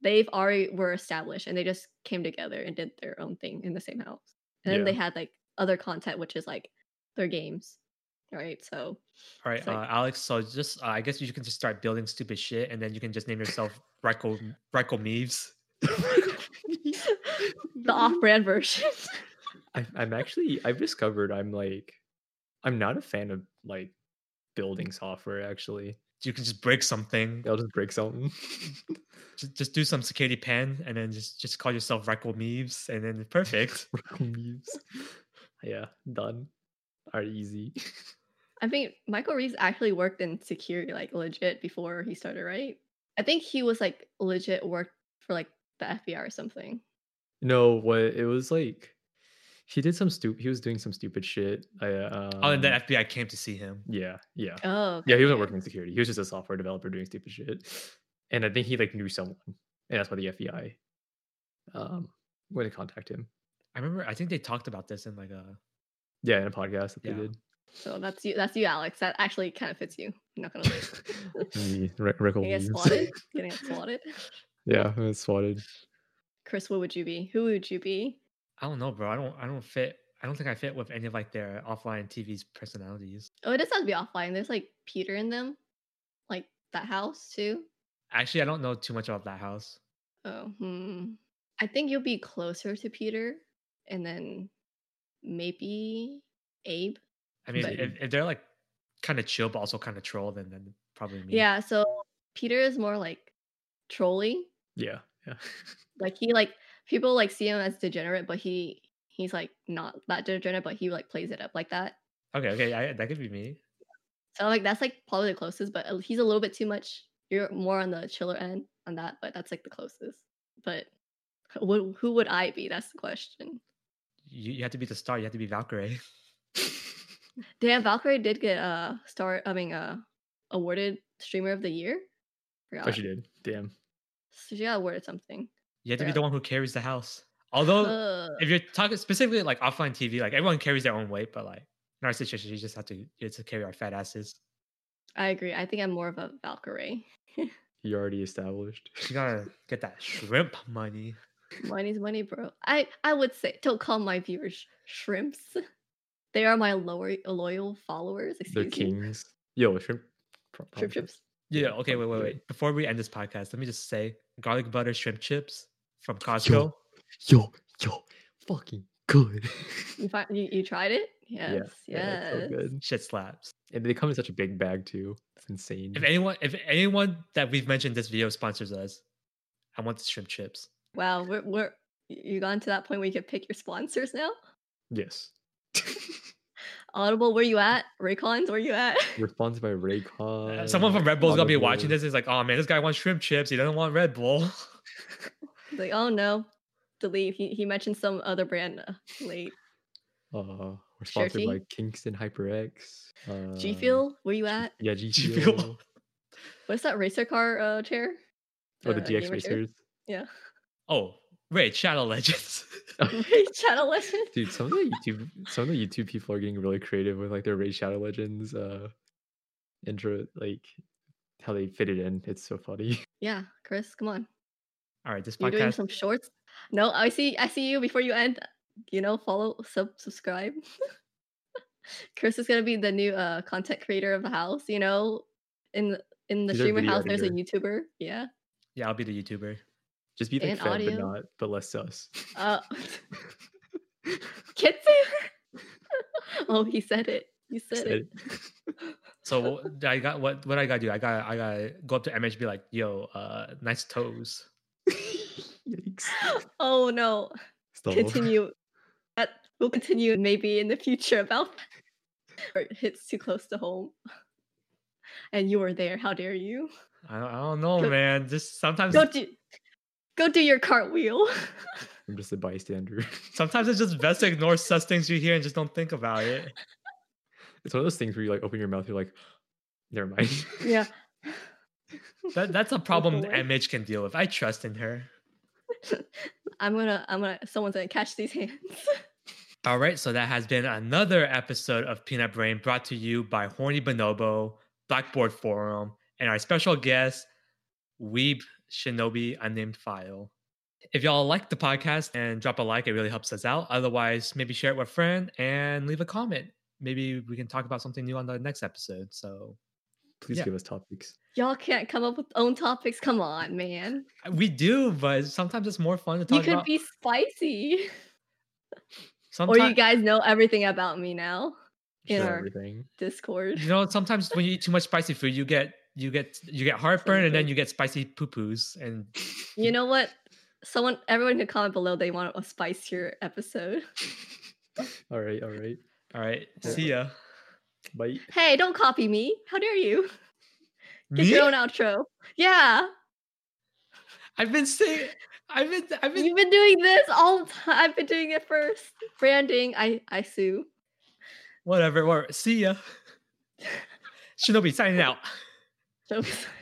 they've already were established and they just came together and did their own thing in the same house. And then they had like other content, which is like their games, right? So
All right,
It's like-
uh, Alex. So just uh, I guess you can just start building stupid shit, and then you can just name yourself Reiko Reiko Meeves.
the off-brand version.
I, I'm actually I've discovered I'm like I'm not a fan of like building software actually.
You can just break something.
I'll just break something.
Just, just do some security pen, and then just just call yourself Reiko Meeves, and then perfect.
Memes. yeah, done. Are easy.
I think Michael Reeves actually worked in security, like legit, before he started, right? I think he was like legit worked for like the FBI or something.
No, what it was like he did some stupid he was doing some stupid shit. I uh, um,
Oh, and then FBI came to see him.
Yeah, yeah.
Oh,
Yeah,
okay,
he wasn't
okay.
working in security. He was just a software developer doing stupid shit. And I think he like knew someone, and that's why the FBI um went to contact him.
I remember. I think they talked about this in like a.
Yeah, in a podcast that they
Yeah.
did.
So that's you. That's you, Alex. That actually kind of fits you. I'm not gonna lie.
Me, Re- Reckle
You get
Weaves.
swatted. Getting swatted.
yeah, I was swatted.
Chris, what would you be? Who would you be?
I don't know, bro. I don't. I don't fit. I don't think I fit with any of like their offline TV's personalities.
Oh, it does have to be offline. There's like Peter in them, like that house too.
Actually, I don't know too much about that house.
Oh, hmm. I think you'll be closer to Peter, and then maybe Abe.
I mean,
But-
if, if they're like kind of chill but also kind of troll, then then probably me.
Yeah. So Peter is more like trolly.
Yeah, yeah.
Like he like people like see him as degenerate, but he he's like not that degenerate, but he like plays it up like that.
Okay. Okay. I, that could be me.
So like that's like probably the closest, but uh, he's a little bit too much. You're more on the chiller end on that, but that's like the closest. But who, who would I be? That's the question.
You, you have to be the star. You have to be Valkyrie.
Damn, Valkyrie did get uh star. I mean, uh, awarded streamer of the year.
Oh,
Forgot.
she did. Damn.
So she got awarded something.
You have to be
Yeah. Uh,
the one who carries the house. Although,
Ugh.
Oh.
if you're talking specifically like offline TV, like everyone carries their own weight, but like in our situation, you just have to you have to carry our fat asses.
I agree. I think I'm more of a Valkyrie.
You already established.
You gotta get that shrimp money.
Money's money, bro. I I would say don't call my viewers sh- shrimps. They are my lower, loyal followers.
They're
Excuse me.
kings. Yo, shrimp. pro-
Shrimp
problems.
shrimps.
Yeah. Okay. Wait. Wait.
Yeah.
Wait. Before we end this podcast, let me just say garlic butter shrimp chips from Costco.
Yo, yo, fucking good.
You, find, you you tried it? Yes.
yeah, it's so
yes.
good.
Shit slaps.
And they come in such a big bag too. It's insane.
If anyone, if anyone that we've mentioned this video sponsors us, I want the shrimp chips.
Wow, we're, we're you gone to that point where you can pick your sponsors now.
Yes.
Audible, where you at? Raycons, where you at?
We're sponsored by
Uh,
Raycon.
Someone from Red Bull's gonna be watching
Audible.
this. Is like, oh man, this guy wants shrimp chips. He doesn't want Red Bull.
like, oh no, delete. He he mentioned some other brand uh, late.
Uh, we're sponsored by
Shirty.
Kingston HyperX. Uh,
G Fuel, where you at?
Yeah, G
G
Fuel.
Fuel.
What's that racer car uh, chair?
Or the
Uh,
DX
gamer chair?
Racers.
Oh, Raid Shadow Legends.
Shadow Legends.
Dude, some of the YouTube some of the YouTube people are getting really creative with like their Raid Shadow Legends uh intro like how they fit it in. It's so funny.
Yeah, Chris, come on.
All right, this
You're doing
podcast.
some shorts. No, I see. I see you before you end. You know, follow, sub, subscribe. Chris is gonna be the new uh content creator of the house. You know, in the- in the
He's our
streamer
video
house, there's a
editor.
YouTuber. Yeah.
yeah, I'll be the YouTuber.
Just be like
And
fed
audio.
but not but less sus.
Uh, Kitsu. oh, he said it. He said,
Said
it.
it.
So wh- I got what? What I gotta do? I got to I gotta go up to MH and be like, yo, uh, nice toes.
Yikes.
Oh no.
Stop.
Continue. That will continue maybe in the future about that. or it hits too close to home. And you were there. How dare you?
I don't, I don't know,
Go-
man. Just sometimes,
Go do go do your cartwheel.
I'm just a bystander.
sometimes it's just best to ignore such things you hear and just don't think about it.
It's one of those things where you like open your mouth, you're like, never mind.
yeah.
That that's a problem
boy.
MH can deal with. I trust in her.
I'm gonna I'm gonna someone's gonna catch these hands.
All right, so that has been another episode of Peanut Brain brought to you by Horny Bonobo, Blackboard Forum, and our special guest, Weeb Shinobi Unnamed File. If y'all like the podcast and drop a like, it really helps us out. Otherwise, maybe share it with a friend and leave a comment. Maybe we can talk about something new on the next episode. So
Please
Yeah.
give us topics.
Y'all can't come up with own topics. Come on, man.
uh, we do, but sometimes it's more fun to talk
you could
about.
be spicy.
sometimes,
Or you guys know everything about me now. In
Share
our-
everything.
Discord.
you know sometimes when you eat too much spicy food you get you get you get heartburn and then you get spicy poo poos and
You know what? Someone, everyone can comment below. They want a spicier episode.
All right, all right.
all right
Yeah.
see ya
Bye.
Hey, don't copy me. How dare you? Get
Me?
your own outro. Yeah,
i've been saying i've been i've been
you've been doing this all the time. I've been doing it first. Branding. I I sue.
whatever, whatever see ya shinobi signing out
Jokes.